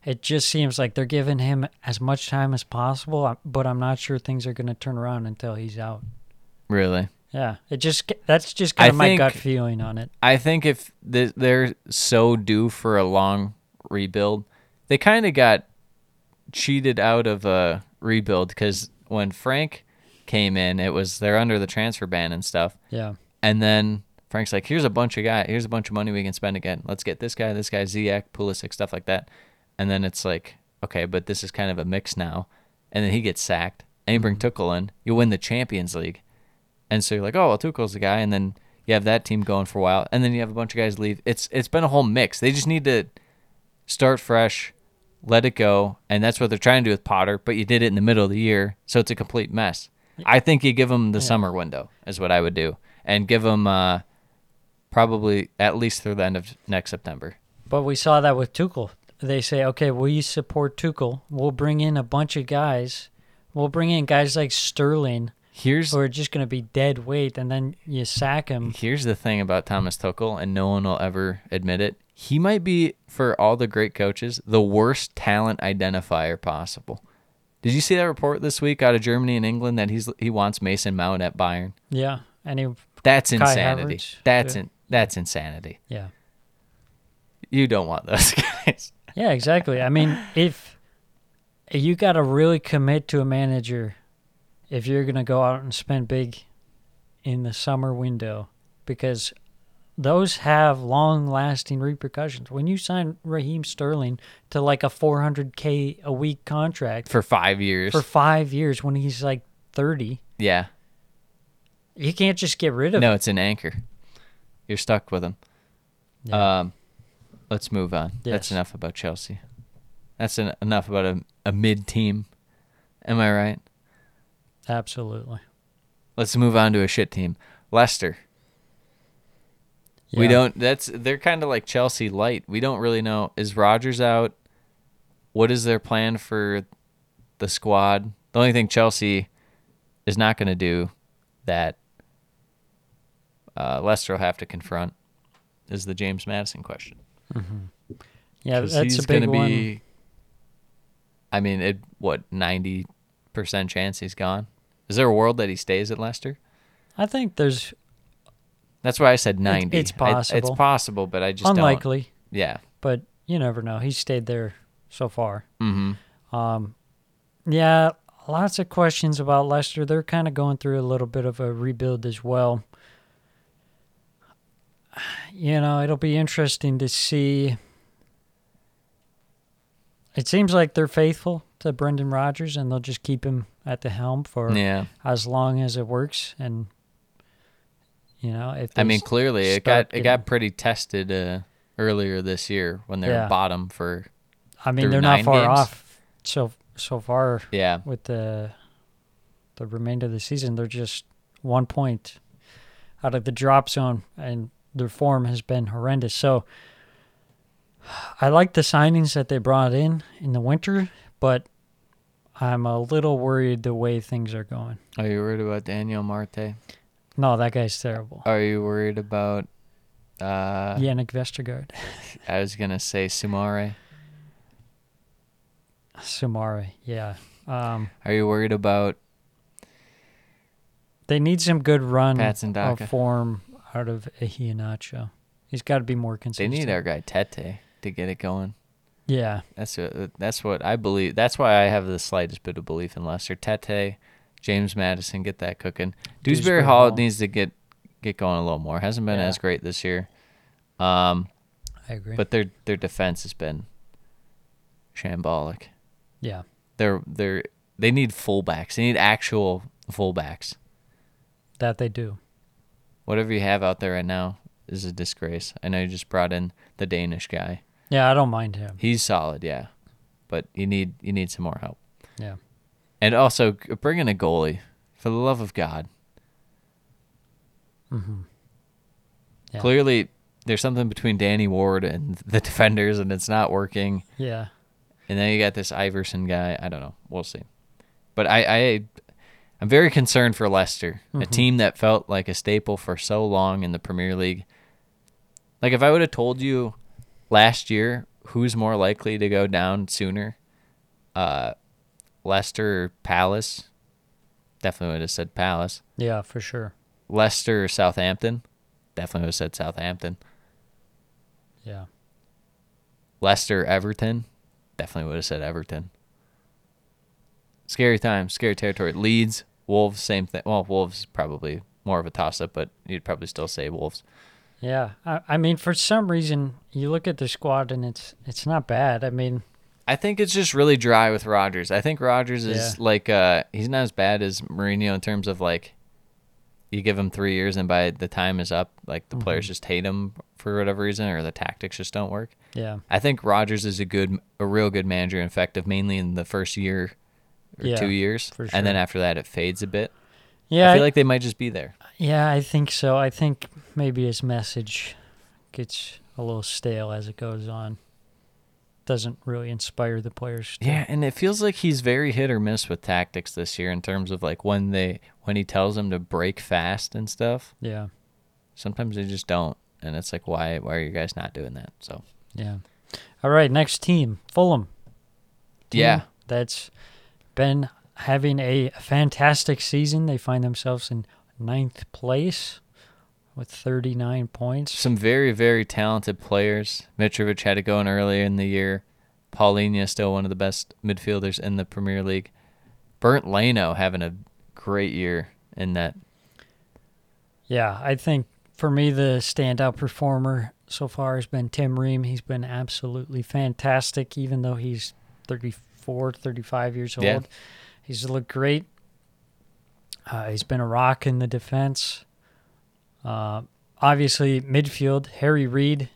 [SPEAKER 7] it just seems like they're giving him as much time as possible. I- But I'm not sure things are going to turn around until he's out.
[SPEAKER 6] really.
[SPEAKER 7] Yeah, it just that's just
[SPEAKER 6] I
[SPEAKER 7] kind of my gut
[SPEAKER 6] think-
[SPEAKER 7] feeling on it.
[SPEAKER 6] I think if th- they're so due for a long rebuild, they kind of got cheated out of a rebuild because when Frank came in, it was they're under the transfer ban and stuff.
[SPEAKER 7] Yeah,
[SPEAKER 6] And then Frank's like, "Here's a bunch of guy. Here's a bunch of money we can spend again. Let's get this guy, this guy, Ziyech, Pulisic, stuff like that." And then it's like, okay, but this is kind of a mix now. And then he gets sacked, and you bring Tuchel in. You win the Champions League, and so you're like, "Oh, well, Tuchel's the guy." And then you have that team going for a while, and then you have a bunch of guys leave. It's it's been a whole mix. They just need to start fresh, let it go, and that's what they're trying to do with Potter. But you did it in the middle of the year, so it's a complete mess. I think you give them the summer window is what I would do, and give them uh, probably at least through the end of next September.
[SPEAKER 7] but we saw that with Tuchel. They say, okay, we support Tuchel. We'll bring in a bunch of guys. We'll bring in guys like Sterling
[SPEAKER 6] Here's
[SPEAKER 7] who are just going to be dead weight, and then you sack him.
[SPEAKER 6] here's the thing about Thomas Tuchel, and no one will ever admit it. He might be, for all the great coaches, the worst talent identifier possible. Did you see that report this week out of Germany and England that he's he wants Mason Mount at Bayern?
[SPEAKER 7] Yeah. Any
[SPEAKER 6] That's
[SPEAKER 7] Kai
[SPEAKER 6] insanity.
[SPEAKER 7] Havertz,
[SPEAKER 6] That's
[SPEAKER 7] yeah.
[SPEAKER 6] in, that's insanity.
[SPEAKER 7] yeah.
[SPEAKER 6] You don't want those guys.
[SPEAKER 7] Yeah, exactly. I mean, if you got to really commit to a manager if you're going to go out and spend big in the summer window because those have long-lasting repercussions. When you sign Raheem Sterling to like a 400k a week contract
[SPEAKER 6] For five years.
[SPEAKER 7] for 5 years when he's like 30,
[SPEAKER 6] yeah.
[SPEAKER 7] you can't just get rid of
[SPEAKER 6] No,
[SPEAKER 7] him.
[SPEAKER 6] it's an anchor. You're stuck with him.
[SPEAKER 7] Yeah.
[SPEAKER 6] Um, let's move on.
[SPEAKER 7] Yes.
[SPEAKER 6] That's enough about Chelsea. That's en- enough about a, a mid team. Am I right?
[SPEAKER 7] Absolutely.
[SPEAKER 6] Let's move on to a shit team. Leicester. We
[SPEAKER 7] Yeah.
[SPEAKER 6] don't. That's they're kind of like Chelsea light. We don't really know. Is Rogers out? What is their plan for the squad? The only thing Chelsea is not going to do that uh, Leicester will have to confront is the James Madison question.
[SPEAKER 7] Yeah,
[SPEAKER 6] 'Cause
[SPEAKER 7] that's
[SPEAKER 6] he's
[SPEAKER 7] a big
[SPEAKER 6] gonna
[SPEAKER 7] one.
[SPEAKER 6] be- I mean, it what ninety percent chance he's gone. Is there a world that he stays at Leicester?
[SPEAKER 7] I think there's
[SPEAKER 6] That's why I said ninety.
[SPEAKER 7] it's
[SPEAKER 6] I-
[SPEAKER 7] possible.
[SPEAKER 6] it's possible, but I just don't-
[SPEAKER 7] unlikely
[SPEAKER 6] Yeah,
[SPEAKER 7] but you never know. He's stayed there so far. Mm-hmm. Um, yeah, lots of questions about Leicester. They're kind of going through a little bit of a rebuild as well. You know, it'll be interesting to see. It seems like they're faithful to Brendan Rodgers, and they'll just keep him at the helm for
[SPEAKER 6] yeah.
[SPEAKER 7] as long as it works. And you know, if
[SPEAKER 6] I
[SPEAKER 7] they
[SPEAKER 6] mean,
[SPEAKER 7] s-
[SPEAKER 6] clearly it
[SPEAKER 7] start
[SPEAKER 6] got it
[SPEAKER 7] getting-
[SPEAKER 6] got pretty tested uh, earlier this year when they're
[SPEAKER 7] Yeah.
[SPEAKER 6] bottom for
[SPEAKER 7] I mean,
[SPEAKER 6] through
[SPEAKER 7] they're not
[SPEAKER 6] nine
[SPEAKER 7] far
[SPEAKER 6] games?
[SPEAKER 7] off. So so far,
[SPEAKER 6] yeah.
[SPEAKER 7] with the the remainder of the season, they're just one point out of the drop zone, and their form has been horrendous. So I like the signings that they brought in in the winter, but I'm a little worried the way things are going.
[SPEAKER 6] Are you worried about Daniel Marte?
[SPEAKER 7] No, that guy's terrible.
[SPEAKER 6] Are you worried about? Uh,
[SPEAKER 7] Yannick Vestergaard,
[SPEAKER 6] I was gonna say Sumare.
[SPEAKER 7] Sumari, yeah. Um,
[SPEAKER 6] Are you worried about?
[SPEAKER 7] they need some good run
[SPEAKER 6] Pats and
[SPEAKER 7] of
[SPEAKER 6] Daka.
[SPEAKER 7] form out of Iheanacho. He's got to be more
[SPEAKER 6] They
[SPEAKER 7] consistent.
[SPEAKER 6] need our guy Tete to get it going.
[SPEAKER 7] yeah.
[SPEAKER 6] That's what, that's what I believe. That's why I have the slightest bit of belief in Lester Tete, James Madison. Get that cooking. Dewsbury
[SPEAKER 7] Dewsbury
[SPEAKER 6] Hall,
[SPEAKER 7] Hall.
[SPEAKER 6] needs to get get going a little more. Hasn't been
[SPEAKER 7] Yeah.
[SPEAKER 6] as great this year, Um,
[SPEAKER 7] I agree.
[SPEAKER 6] but their their defense has been shambolic.
[SPEAKER 7] yeah,
[SPEAKER 6] They're they're they need fullbacks. They need actual fullbacks.
[SPEAKER 7] that they do.
[SPEAKER 6] Whatever you have out there right now is a disgrace. I know you just brought in the Danish guy.
[SPEAKER 7] Yeah, I don't mind him.
[SPEAKER 6] He's solid, yeah, but you need you need some more help.
[SPEAKER 7] Yeah.
[SPEAKER 6] And also g- bring in a goalie, for the love of God.
[SPEAKER 7] Yeah.
[SPEAKER 6] Clearly, there's something between Danny Ward and the defenders, and it's not working.
[SPEAKER 7] Yeah.
[SPEAKER 6] And then you got this Iverson guy. I don't know. We'll see. But I, I I'm very concerned for Leicester, a team that felt like a staple for so long in the Premier League. Like if I would have told you last year who's more likely to go down sooner, uh, Leicester or Palace, definitely would have said Palace.
[SPEAKER 7] Yeah, for sure.
[SPEAKER 6] Leicester or Southampton, definitely would have said Southampton.
[SPEAKER 7] Yeah.
[SPEAKER 6] Leicester, Everton, definitely would have said Everton. Scary time, scary territory. Leeds, Wolves, same thing. Well, Wolves probably more of a toss up, but you'd probably still say Wolves.
[SPEAKER 7] Yeah. I, I mean, for some reason, you look at the squad and it's it's not bad. I mean,
[SPEAKER 6] I think it's just really dry with Rodgers. I think Rodgers is
[SPEAKER 7] Yeah.
[SPEAKER 6] like uh he's not as bad as Mourinho in terms of like you give him 3 years and by the time is up, like the players just hate him for whatever reason or the tactics just don't work.
[SPEAKER 7] yeah.
[SPEAKER 6] I think Rodgers is a good, a real good manager, effective mainly in the first year or
[SPEAKER 7] Yeah,
[SPEAKER 6] two years,
[SPEAKER 7] for
[SPEAKER 6] and then
[SPEAKER 7] sure.
[SPEAKER 6] after that it fades a bit.
[SPEAKER 7] Yeah.
[SPEAKER 6] I feel
[SPEAKER 7] I-
[SPEAKER 6] like they might just be there.
[SPEAKER 7] yeah, I think so. I think maybe his message gets a little stale as it goes on. Doesn't really inspire the players. To,
[SPEAKER 6] Yeah, and it feels like he's very hit or miss with tactics this year in terms of like when they when he tells them to break fast and stuff.
[SPEAKER 7] Yeah.
[SPEAKER 6] Sometimes they just don't, and it's like why why are you guys not doing that? So
[SPEAKER 7] Yeah. All right. Next team, Fulham. team
[SPEAKER 6] yeah,
[SPEAKER 7] that's been having a fantastic season. They find themselves in ninth place with 39 points.
[SPEAKER 6] Some very, very talented players. Mitrovic had it going earlier in the year. Paulinho still one of the best midfielders in the Premier League. Burnt Leno having a great year in that.
[SPEAKER 7] Yeah, I think for me, the standout performer so far has been Tim Ream. He's been absolutely fantastic, even though he's 34, 35 years old.
[SPEAKER 6] Yeah.
[SPEAKER 7] He's looked great. Uh, he's been a rock in the defense. Uh, obviously, midfield, Harry Reid,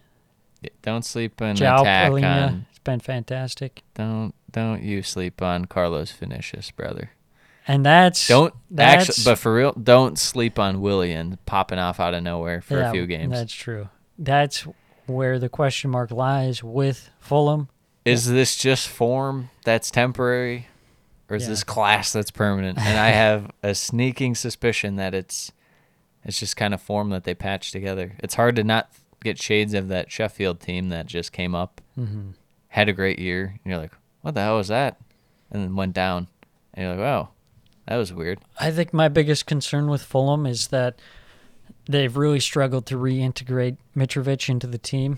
[SPEAKER 6] Don't sleep on
[SPEAKER 7] Jao
[SPEAKER 6] attack
[SPEAKER 7] Polina.
[SPEAKER 6] on.
[SPEAKER 7] It's been fantastic.
[SPEAKER 6] Don't don't you sleep on Carlos Vinicius, brother.
[SPEAKER 7] And that's.
[SPEAKER 6] Don't
[SPEAKER 7] that's,
[SPEAKER 6] actually, but for real, don't sleep on Willian popping off out of nowhere for
[SPEAKER 7] Yeah,
[SPEAKER 6] a few games.
[SPEAKER 7] That's true. That's where the question mark lies with Fulham.
[SPEAKER 6] is this just form that's temporary or is
[SPEAKER 7] Yeah.
[SPEAKER 6] this class that's permanent and i have a sneaking suspicion that it's it's just kind of form that they patch together it's hard to not get shades of that sheffield team that just came up
[SPEAKER 7] Mm-hmm.
[SPEAKER 6] had a great year and you're like what the hell was that and then went down and you're like wow that was weird
[SPEAKER 7] I think my biggest concern with Fulham is that they've really struggled to reintegrate Mitrovic into the team.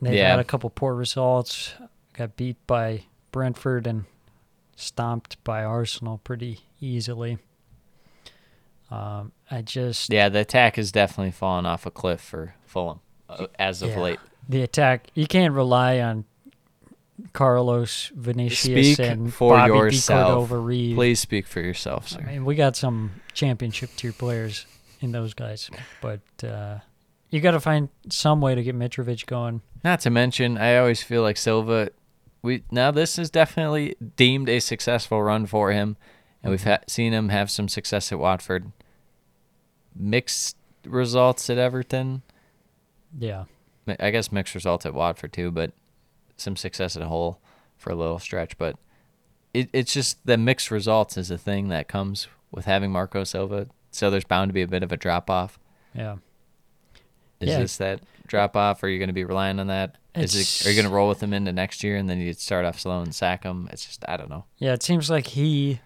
[SPEAKER 7] They've
[SPEAKER 6] Yeah.
[SPEAKER 7] had a couple poor results, got beat by Brentford and stomped by Arsenal pretty easily. Um, I just
[SPEAKER 6] yeah the attack has definitely fallen off a cliff for fulham uh, as of
[SPEAKER 7] Yeah.
[SPEAKER 6] late
[SPEAKER 7] the attack. You can't rely on Carlos Vinicius
[SPEAKER 6] speak
[SPEAKER 7] and
[SPEAKER 6] for
[SPEAKER 7] Bobby Di
[SPEAKER 6] yourself
[SPEAKER 7] Cordova Reed.
[SPEAKER 6] please speak for yourself sir
[SPEAKER 7] I mean, we got some championship tier players in those guys, but uh, you got to find some way to get Mitrovic going.
[SPEAKER 6] Not to mention, I always feel like Silva. We now this is definitely deemed a successful run for him, and we've ha- seen him have some success at Watford. Mixed results at Everton.
[SPEAKER 7] Yeah,
[SPEAKER 6] Mi- I guess mixed results at Watford too, but some success at Hull for a little stretch. But it, it's just the mixed results is a thing that comes with having Marco Silva. So there's bound to be a bit of a drop off.
[SPEAKER 7] yeah.
[SPEAKER 6] Is
[SPEAKER 7] Yeah.
[SPEAKER 6] this that drop off? Are you going to be relying on that? Is it, are you
[SPEAKER 7] It's-
[SPEAKER 6] going to roll with them into next year and then you start off slow and sack them? It's just I don't know.
[SPEAKER 7] Yeah, it seems like he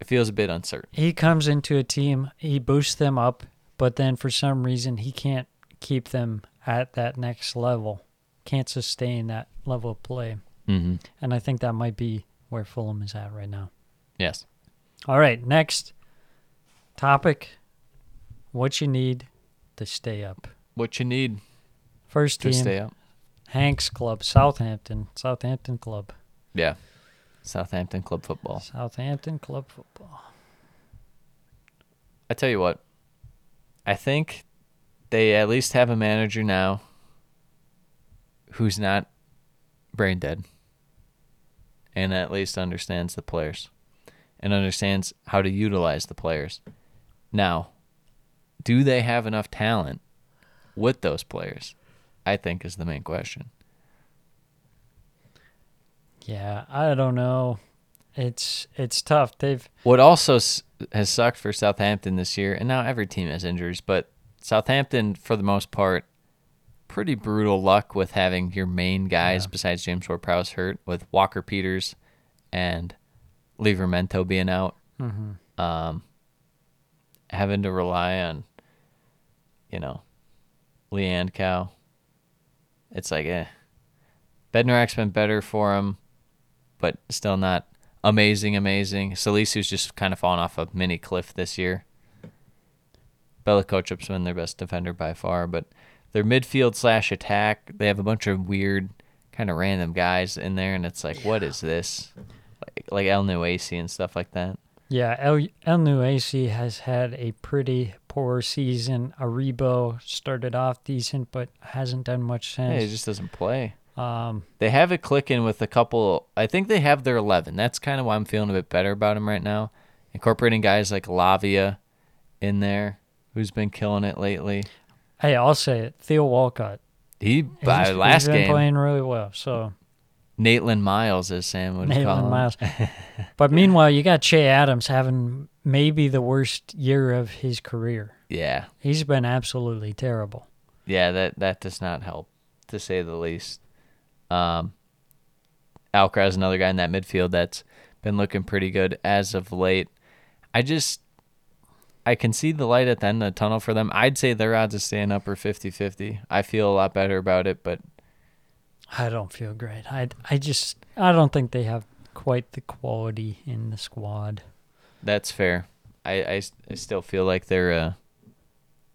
[SPEAKER 6] It feels a bit uncertain.
[SPEAKER 7] he comes into a team, he boosts them up, but then for some reason he can't keep them at that next level. Can't sustain that level of play.
[SPEAKER 6] Mm-hmm.
[SPEAKER 7] And I think that might be where Fulham is at right now.
[SPEAKER 6] Yes.
[SPEAKER 7] All right, next topic what you need to stay up.
[SPEAKER 6] What you need
[SPEAKER 7] First
[SPEAKER 6] to
[SPEAKER 7] team,
[SPEAKER 6] stay up.
[SPEAKER 7] Hanks Club, Southampton, Southampton Club,
[SPEAKER 6] Yeah. Southampton club football.
[SPEAKER 7] Southampton Club football.
[SPEAKER 6] I tell you what. I think they at least have a manager now who's not brain dead and at least understands the players and understands how to utilize the players. Now, do they have enough talent with those players? I think is the main question.
[SPEAKER 7] Yeah, I don't know. It's it's tough. They've
[SPEAKER 6] What also s- has sucked for Southampton this year, and now every team has injuries, but Southampton, for the most part, pretty brutal luck with having your main guys besides James Ward Prowse hurt, with Walker Peters and Levermento being out. Um, having to rely on, you know, Leanne Cow. It's like, eh. Bednarak's been better for him, but still not amazing, amazing. Salisu's just kind of fallen off a mini cliff this year. Bella Kochup's been their best defender by far, but their midfield slash attack, they have a bunch of weird, kind of random guys in there, and it's like, what is this? Like, like El Nuasi and stuff like that.
[SPEAKER 7] yeah, El El Nuasi has had a pretty poor season. Aribo started off decent but hasn't done much
[SPEAKER 6] Yeah, he
[SPEAKER 7] since.
[SPEAKER 6] just doesn't play.
[SPEAKER 7] um
[SPEAKER 6] They have it clicking with a couple. I think they have their 11. That's kind of why I'm feeling a bit better about him right now. Incorporating guys like Lavia in there, who's been killing it lately.
[SPEAKER 7] hey, I'll say it. Theo Walcott.
[SPEAKER 6] He
[SPEAKER 7] He's-
[SPEAKER 6] by last
[SPEAKER 7] he's been
[SPEAKER 6] game,
[SPEAKER 7] playing really well. So
[SPEAKER 6] Nathan Miles, as Sam would call
[SPEAKER 7] Maitland
[SPEAKER 6] him.
[SPEAKER 7] Miles. but meanwhile, you got Che Adams having maybe the worst year of his career.
[SPEAKER 6] Yeah,
[SPEAKER 7] He's been absolutely terrible.
[SPEAKER 6] yeah, that that does not help, to say the least. Um, Alcaraz, another guy in that midfield that's been looking pretty good as of late. I just I can see the light at the end of the tunnel for them. I'd say their odds of staying up are 50-50. I feel a lot better about it, but
[SPEAKER 7] I don't feel great. I, I just I don't think they have quite the quality in the squad.
[SPEAKER 6] that's fair. I, I s- I still feel like they're uh,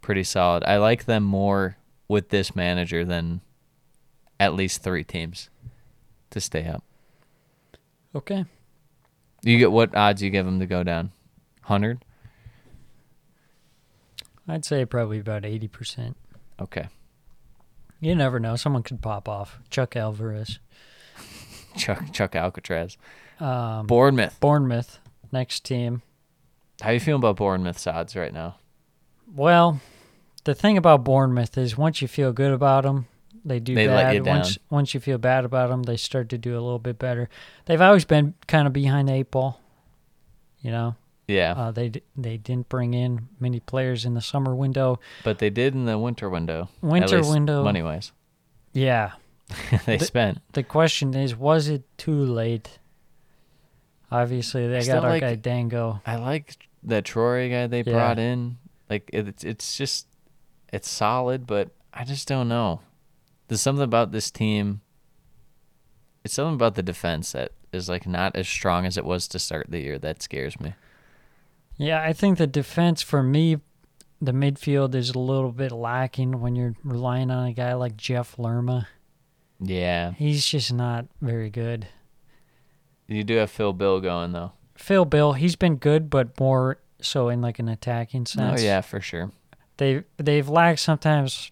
[SPEAKER 6] pretty solid. I like them more with this manager than at least three teams to stay up.
[SPEAKER 7] Okay.
[SPEAKER 6] You get what odds you give them to go down? Hundred.
[SPEAKER 7] I'd say probably about 80%.
[SPEAKER 6] Okay.
[SPEAKER 7] You never know. Someone could pop off. Chuck Alvarez.
[SPEAKER 6] Chuck Chuck Alcatraz.
[SPEAKER 7] Um,
[SPEAKER 6] Bournemouth.
[SPEAKER 7] Bournemouth, next team.
[SPEAKER 6] How you feeling about Bournemouth's odds right now?
[SPEAKER 7] Well, the thing about Bournemouth is once you feel good about them, they do
[SPEAKER 6] They
[SPEAKER 7] bad.
[SPEAKER 6] let you
[SPEAKER 7] Once
[SPEAKER 6] down.
[SPEAKER 7] once you feel bad about them, they start to do a little bit better. They've always been kind of behind the eight ball. You know,
[SPEAKER 6] Yeah,
[SPEAKER 7] uh, they d- they didn't bring in many players in the summer window.
[SPEAKER 6] but they did in the winter window. at
[SPEAKER 7] Winter
[SPEAKER 6] least
[SPEAKER 7] window.
[SPEAKER 6] money wise,
[SPEAKER 7] Yeah,
[SPEAKER 6] they spent.
[SPEAKER 7] the question is, was it too late? Obviously, they
[SPEAKER 6] It's
[SPEAKER 7] got
[SPEAKER 6] not
[SPEAKER 7] our
[SPEAKER 6] like-
[SPEAKER 7] guy Dango.
[SPEAKER 6] I like that Troy guy they
[SPEAKER 7] Yeah.
[SPEAKER 6] brought in. Like it, it's it's just it's solid, but I just don't know. There's something about this team. It's something about the defense that is like not as strong as it was to start the year. That scares me.
[SPEAKER 7] Yeah, I think the defense for me, the midfield is a little bit lacking when you're relying on a guy like Jeff Lerma.
[SPEAKER 6] Yeah,
[SPEAKER 7] He's just not very good.
[SPEAKER 6] you do have Phil Bill going though.
[SPEAKER 7] Phil Bill, he's been good, but more so in like an attacking
[SPEAKER 6] Oh
[SPEAKER 7] sense.
[SPEAKER 6] yeah, for sure.
[SPEAKER 7] They they've lacked sometimes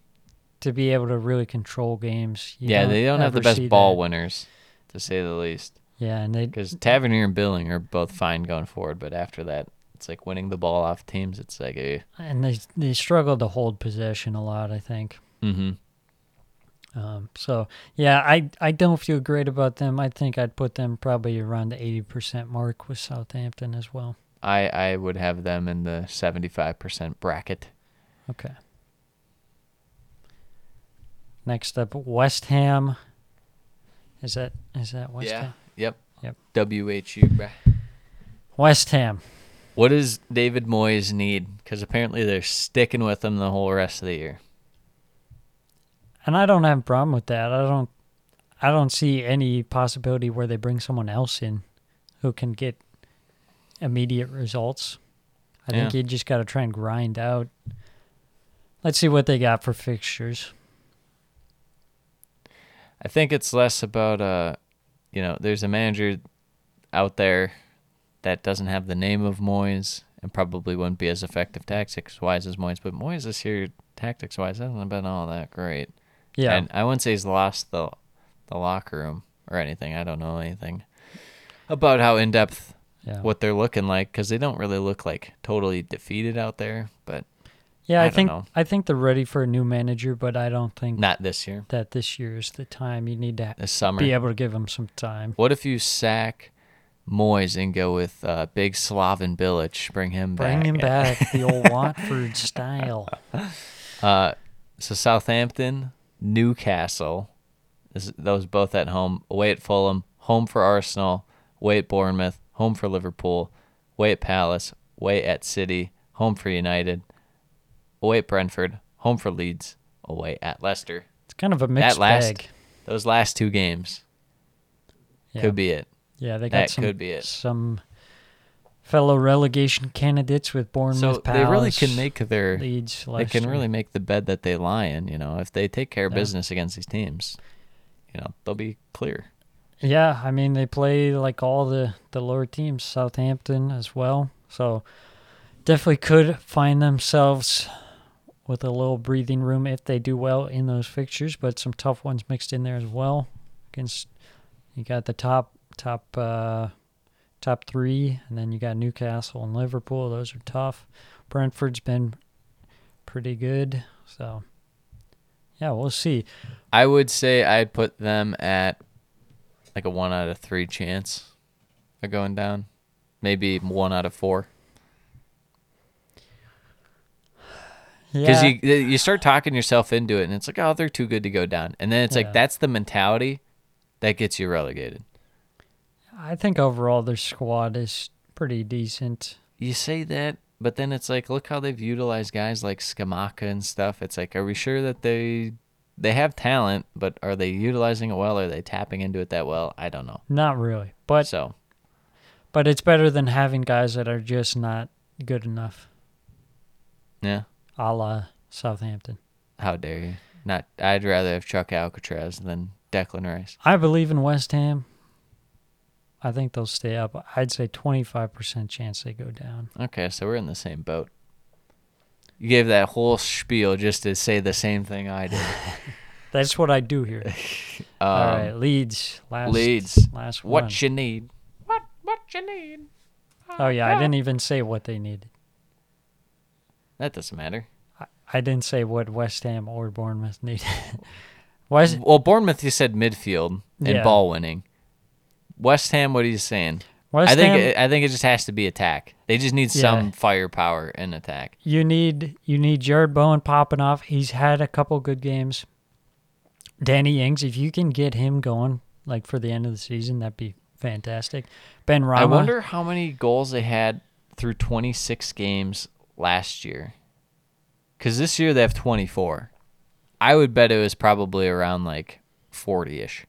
[SPEAKER 7] to be able to really control games. You
[SPEAKER 6] yeah, they don't have the
[SPEAKER 7] ever see
[SPEAKER 6] best ball
[SPEAKER 7] that.
[SPEAKER 6] winners, to say the least.
[SPEAKER 7] Yeah, and they
[SPEAKER 6] Because Tavernier and Billing are both fine going forward, but after that, it's like winning the ball off teams. It's like eh. a
[SPEAKER 7] and they they struggle to hold possession a lot. I think.
[SPEAKER 6] mm-hmm.
[SPEAKER 7] Um, so yeah, I I don't feel great about them. I think I'd put them probably around the eighty percent mark with Southampton as well.
[SPEAKER 6] I I would have them in the seventy five percent bracket.
[SPEAKER 7] Okay. Next up, West Ham. Is that is that West Ham?
[SPEAKER 6] Yep.
[SPEAKER 7] Yep.
[SPEAKER 6] W H U.
[SPEAKER 7] West Ham.
[SPEAKER 6] What does David Moyes need? Because apparently they're sticking with him the whole rest of the year.
[SPEAKER 7] And I don't have a problem with that. I don't I don't see any possibility where they bring someone else in who can get immediate results. I think
[SPEAKER 6] Yeah.
[SPEAKER 7] you just gotta try and grind out. Let's see what they got for fixtures.
[SPEAKER 6] I think it's less about uh, you know, there's a manager out there that doesn't have the name of Moyes and probably wouldn't be as effective tactics wise as Moyes. But Moyes this year, tactics wise, hasn't been all that great.
[SPEAKER 7] Yeah.
[SPEAKER 6] And I wouldn't say he's lost the the locker room or anything. I don't know anything about how in depth
[SPEAKER 7] yeah.
[SPEAKER 6] what they're looking like because they don't really look like totally defeated out there. But
[SPEAKER 7] yeah,
[SPEAKER 6] I
[SPEAKER 7] I,
[SPEAKER 6] don't
[SPEAKER 7] think
[SPEAKER 6] know.
[SPEAKER 7] I think they're ready for a new manager, but I don't think
[SPEAKER 6] not this year,
[SPEAKER 7] that this year is the time. You need to
[SPEAKER 6] this summer.
[SPEAKER 7] be able to give them some time.
[SPEAKER 6] What if you sack Moyes and go with uh, Big Slaven Bilic? Bring him
[SPEAKER 7] Bring
[SPEAKER 6] back.
[SPEAKER 7] him back the old Watford style.
[SPEAKER 6] So Southampton, Newcastle, this, those both at home. Away at Fulham, home for Arsenal. Away at Bournemouth, home for Liverpool. Away at Palace, away at City, home for United. Away at Brentford, home for Leeds. Away at Leicester.
[SPEAKER 7] It's kind of a mixed
[SPEAKER 6] that last,
[SPEAKER 7] bag.
[SPEAKER 6] those last two games
[SPEAKER 7] Yeah.
[SPEAKER 6] could be it.
[SPEAKER 7] Yeah, they got
[SPEAKER 6] that
[SPEAKER 7] some,
[SPEAKER 6] could be it.
[SPEAKER 7] some fellow relegation candidates with Bournemouth,
[SPEAKER 6] So they really
[SPEAKER 7] Palace,
[SPEAKER 6] can make their.
[SPEAKER 7] Leeds.
[SPEAKER 6] they
[SPEAKER 7] Leicester.
[SPEAKER 6] can really make the bed that they lie in. You know, if they take care of business against these teams, you know they'll be clear.
[SPEAKER 7] Yeah, I mean they play like all the the lower teams, Southampton as well. So definitely could find themselves with a little breathing room if they do well in those fixtures, but some tough ones mixed in there as well. Against you got the top top uh top 3 and then you got Newcastle and Liverpool. Those are tough. Brentford's been pretty good. So yeah, we'll see.
[SPEAKER 6] I would say I'd put them at like a one out of three chance of going down. Maybe one out of four. Because
[SPEAKER 7] Yeah.
[SPEAKER 6] you you start talking yourself into it, and it's like, oh, they're too good to go down. And then it's
[SPEAKER 7] Yeah.
[SPEAKER 6] like that's the mentality that gets you relegated.
[SPEAKER 7] I think overall their squad is pretty decent.
[SPEAKER 6] You say that, but then it's like, look how they've utilized guys like Skamaka and stuff. It's like, are we sure that they they have talent, but are they utilizing it well? Are they tapping into it that well? I don't know.
[SPEAKER 7] Not really, but
[SPEAKER 6] So
[SPEAKER 7] but it's better than having guys that are just not good enough,
[SPEAKER 6] yeah,
[SPEAKER 7] a la Southampton.
[SPEAKER 6] how dare you? Not. I'd rather have Chuck Alcatraz than Declan Rice.
[SPEAKER 7] I believe in West Ham. I think they'll stay up. I'd say 25% chance they go down.
[SPEAKER 6] Okay, so we're in the same boat. You gave that whole spiel just to say the same thing I did.
[SPEAKER 7] That's what I do here. All right, Leeds. Last,
[SPEAKER 6] Um, Leeds.
[SPEAKER 7] Last one.
[SPEAKER 6] What you need?
[SPEAKER 7] oh, yeah, I didn't even say what they needed.
[SPEAKER 6] That doesn't matter.
[SPEAKER 7] I didn't say what West Ham or Bournemouth needed. West,
[SPEAKER 6] Well, Bournemouth, you said midfield and
[SPEAKER 7] Yeah.
[SPEAKER 6] ball winning. West Ham, what are you saying?
[SPEAKER 7] West
[SPEAKER 6] I think
[SPEAKER 7] Ham-
[SPEAKER 6] it, I think it just has to be attack. They just need
[SPEAKER 7] Yeah.
[SPEAKER 6] some firepower in attack.
[SPEAKER 7] you need you need Jared Bowen popping off. He's had a couple good games. Danny Ings, if you can get him going like for the end of the season, that'd be fantastic. Ben Rama,
[SPEAKER 6] I wonder how many goals they had through 26 games last year. Because this year they have 24. I would bet it was probably around like 40 ish.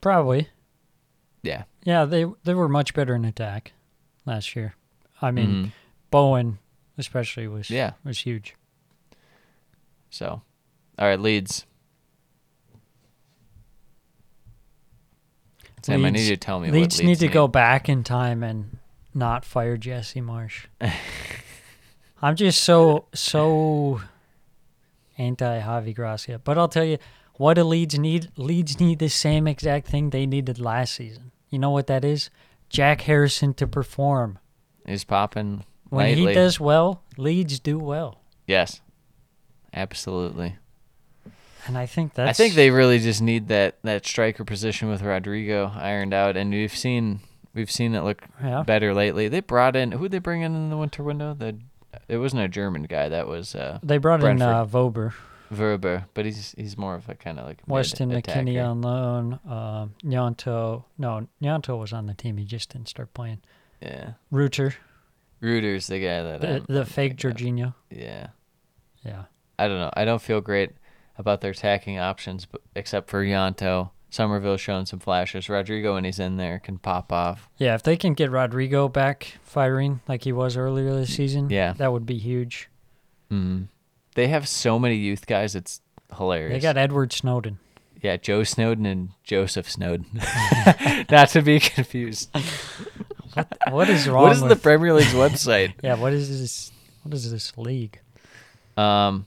[SPEAKER 7] probably.
[SPEAKER 6] Yeah.
[SPEAKER 7] Yeah, they they were much better in attack last year. I mean, Bowen especially was
[SPEAKER 6] Mm-hmm. Yeah.
[SPEAKER 7] was huge.
[SPEAKER 6] So, all right, Leeds. Sam, I need
[SPEAKER 7] Leeds-
[SPEAKER 6] you to tell me what
[SPEAKER 7] Leeds need to
[SPEAKER 6] need.
[SPEAKER 7] go back in time and not fire Jesse Marsh. I'm just so so anti Javi Gracia, but I'll tell you what do Leeds need? Leeds need the same exact thing they needed last season. You know what that is? Jack Harrison to perform.
[SPEAKER 6] He's popping
[SPEAKER 7] When
[SPEAKER 6] lately.
[SPEAKER 7] he does well, Leeds do well,
[SPEAKER 6] Yes. Absolutely.
[SPEAKER 7] and I think that's
[SPEAKER 6] I think they really just need that that striker position with Rodrigo ironed out, and we've seen we've seen it look
[SPEAKER 7] Yeah.
[SPEAKER 6] better lately. They brought in who they bring in in the winter window. The it wasn't a German guy. That was uh,
[SPEAKER 7] they brought in
[SPEAKER 6] Brentford.
[SPEAKER 7] uh, Vober.
[SPEAKER 6] Verber, but he's he's more of a kind of like mid
[SPEAKER 7] Weston
[SPEAKER 6] attacker.
[SPEAKER 7] McKinney on loan. Um, Nyanto. No, Nyanto was on the team. He just didn't start playing.
[SPEAKER 6] Yeah,
[SPEAKER 7] Reuter,
[SPEAKER 6] Reuter's the guy that
[SPEAKER 7] the,
[SPEAKER 6] I'm-
[SPEAKER 7] the fake Jorginho.
[SPEAKER 6] yeah.
[SPEAKER 7] Yeah.
[SPEAKER 6] I don't know. I don't feel great about their attacking options, but except for Yanto. Somerville showing some flashes. Rodrigo, when he's in there, can pop off.
[SPEAKER 7] Yeah, if they can get Rodrigo back firing like he was earlier this season,
[SPEAKER 6] Yeah.
[SPEAKER 7] that would be huge.
[SPEAKER 6] They have so many youth guys. It's hilarious.
[SPEAKER 7] They got Edward Snowden.
[SPEAKER 6] Yeah, Joe Snowden and Joseph Snowden. Not to be confused.
[SPEAKER 7] What is wrong
[SPEAKER 6] what is
[SPEAKER 7] with
[SPEAKER 6] the Premier League's website?
[SPEAKER 7] Yeah, what is this what is this league?
[SPEAKER 6] Um,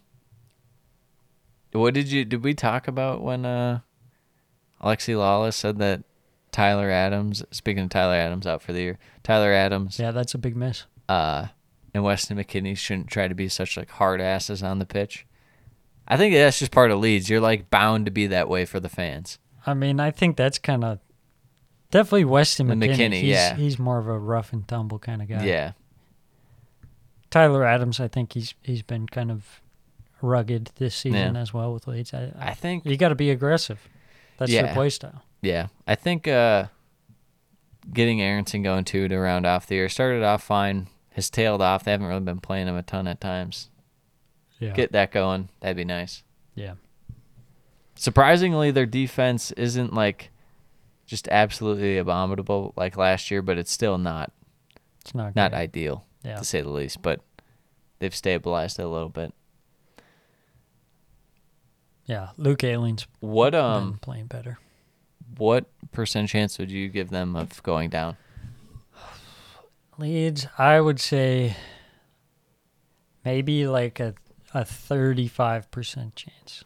[SPEAKER 6] What did you did we talk about when uh Alexi Lawless said that Tyler Adams speaking of Tyler Adams out for the year, Tyler Adams
[SPEAKER 7] Yeah, that's a big miss.
[SPEAKER 6] uh, and Weston McKinney shouldn't try to be such like hard asses on the pitch. I think that's just part of Leeds. You're like bound to be that way for the fans.
[SPEAKER 7] I mean, I think that's kind of definitely Weston
[SPEAKER 6] And
[SPEAKER 7] McKinney.
[SPEAKER 6] McKinney,
[SPEAKER 7] he's,
[SPEAKER 6] yeah.
[SPEAKER 7] he's more of a rough and tumble kind of guy.
[SPEAKER 6] Yeah.
[SPEAKER 7] Tyler Adams, I think he's he's been kind of rugged this season
[SPEAKER 6] Yeah.
[SPEAKER 7] as well with Leeds. I,
[SPEAKER 6] I think
[SPEAKER 7] you got to be aggressive. That's their
[SPEAKER 6] Yeah.
[SPEAKER 7] play style.
[SPEAKER 6] Yeah, I think uh, getting Aronson going too to round off the year started off fine. Has tailed off. They haven't really been playing him a ton at times.
[SPEAKER 7] Yeah.
[SPEAKER 6] Get that going. That'd be nice.
[SPEAKER 7] yeah.
[SPEAKER 6] Surprisingly, their defense isn't like just absolutely abominable like last year, but it's still not
[SPEAKER 7] It's not
[SPEAKER 6] not
[SPEAKER 7] great.
[SPEAKER 6] ideal
[SPEAKER 7] Yeah.
[SPEAKER 6] to say the least. But they've stabilized it a little bit.
[SPEAKER 7] Yeah, Luke Ayling's
[SPEAKER 6] What
[SPEAKER 7] been
[SPEAKER 6] um
[SPEAKER 7] playing better.
[SPEAKER 6] what percent chance would you give them of going down?
[SPEAKER 7] Leeds, I would say maybe like a a 35% chance.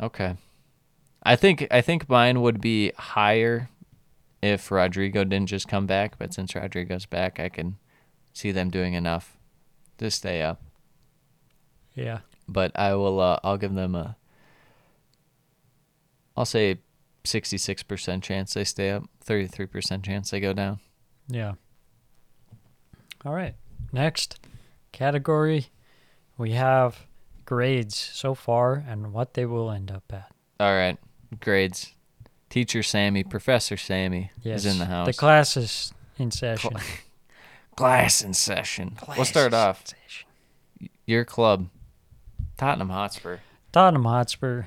[SPEAKER 6] Okay. I think I think mine would be higher if Rodrigo didn't just come back, but since Rodrigo's back, I can see them doing enough to stay up.
[SPEAKER 7] Yeah.
[SPEAKER 6] But I will uh, I'll give them a I'll say 66% chance they stay up, 33% chance they go down.
[SPEAKER 7] Yeah. All right. Next category we have grades so far and what they will end up at.
[SPEAKER 6] All right, grades. Teacher Sammy, Professor Sammy
[SPEAKER 7] Yes.
[SPEAKER 6] is in the house.
[SPEAKER 7] The class is in session.
[SPEAKER 6] class in session. we'll
[SPEAKER 7] Class is
[SPEAKER 6] start off.
[SPEAKER 7] in session.
[SPEAKER 6] Your club, Tottenham Hotspur.
[SPEAKER 7] Tottenham Hotspur,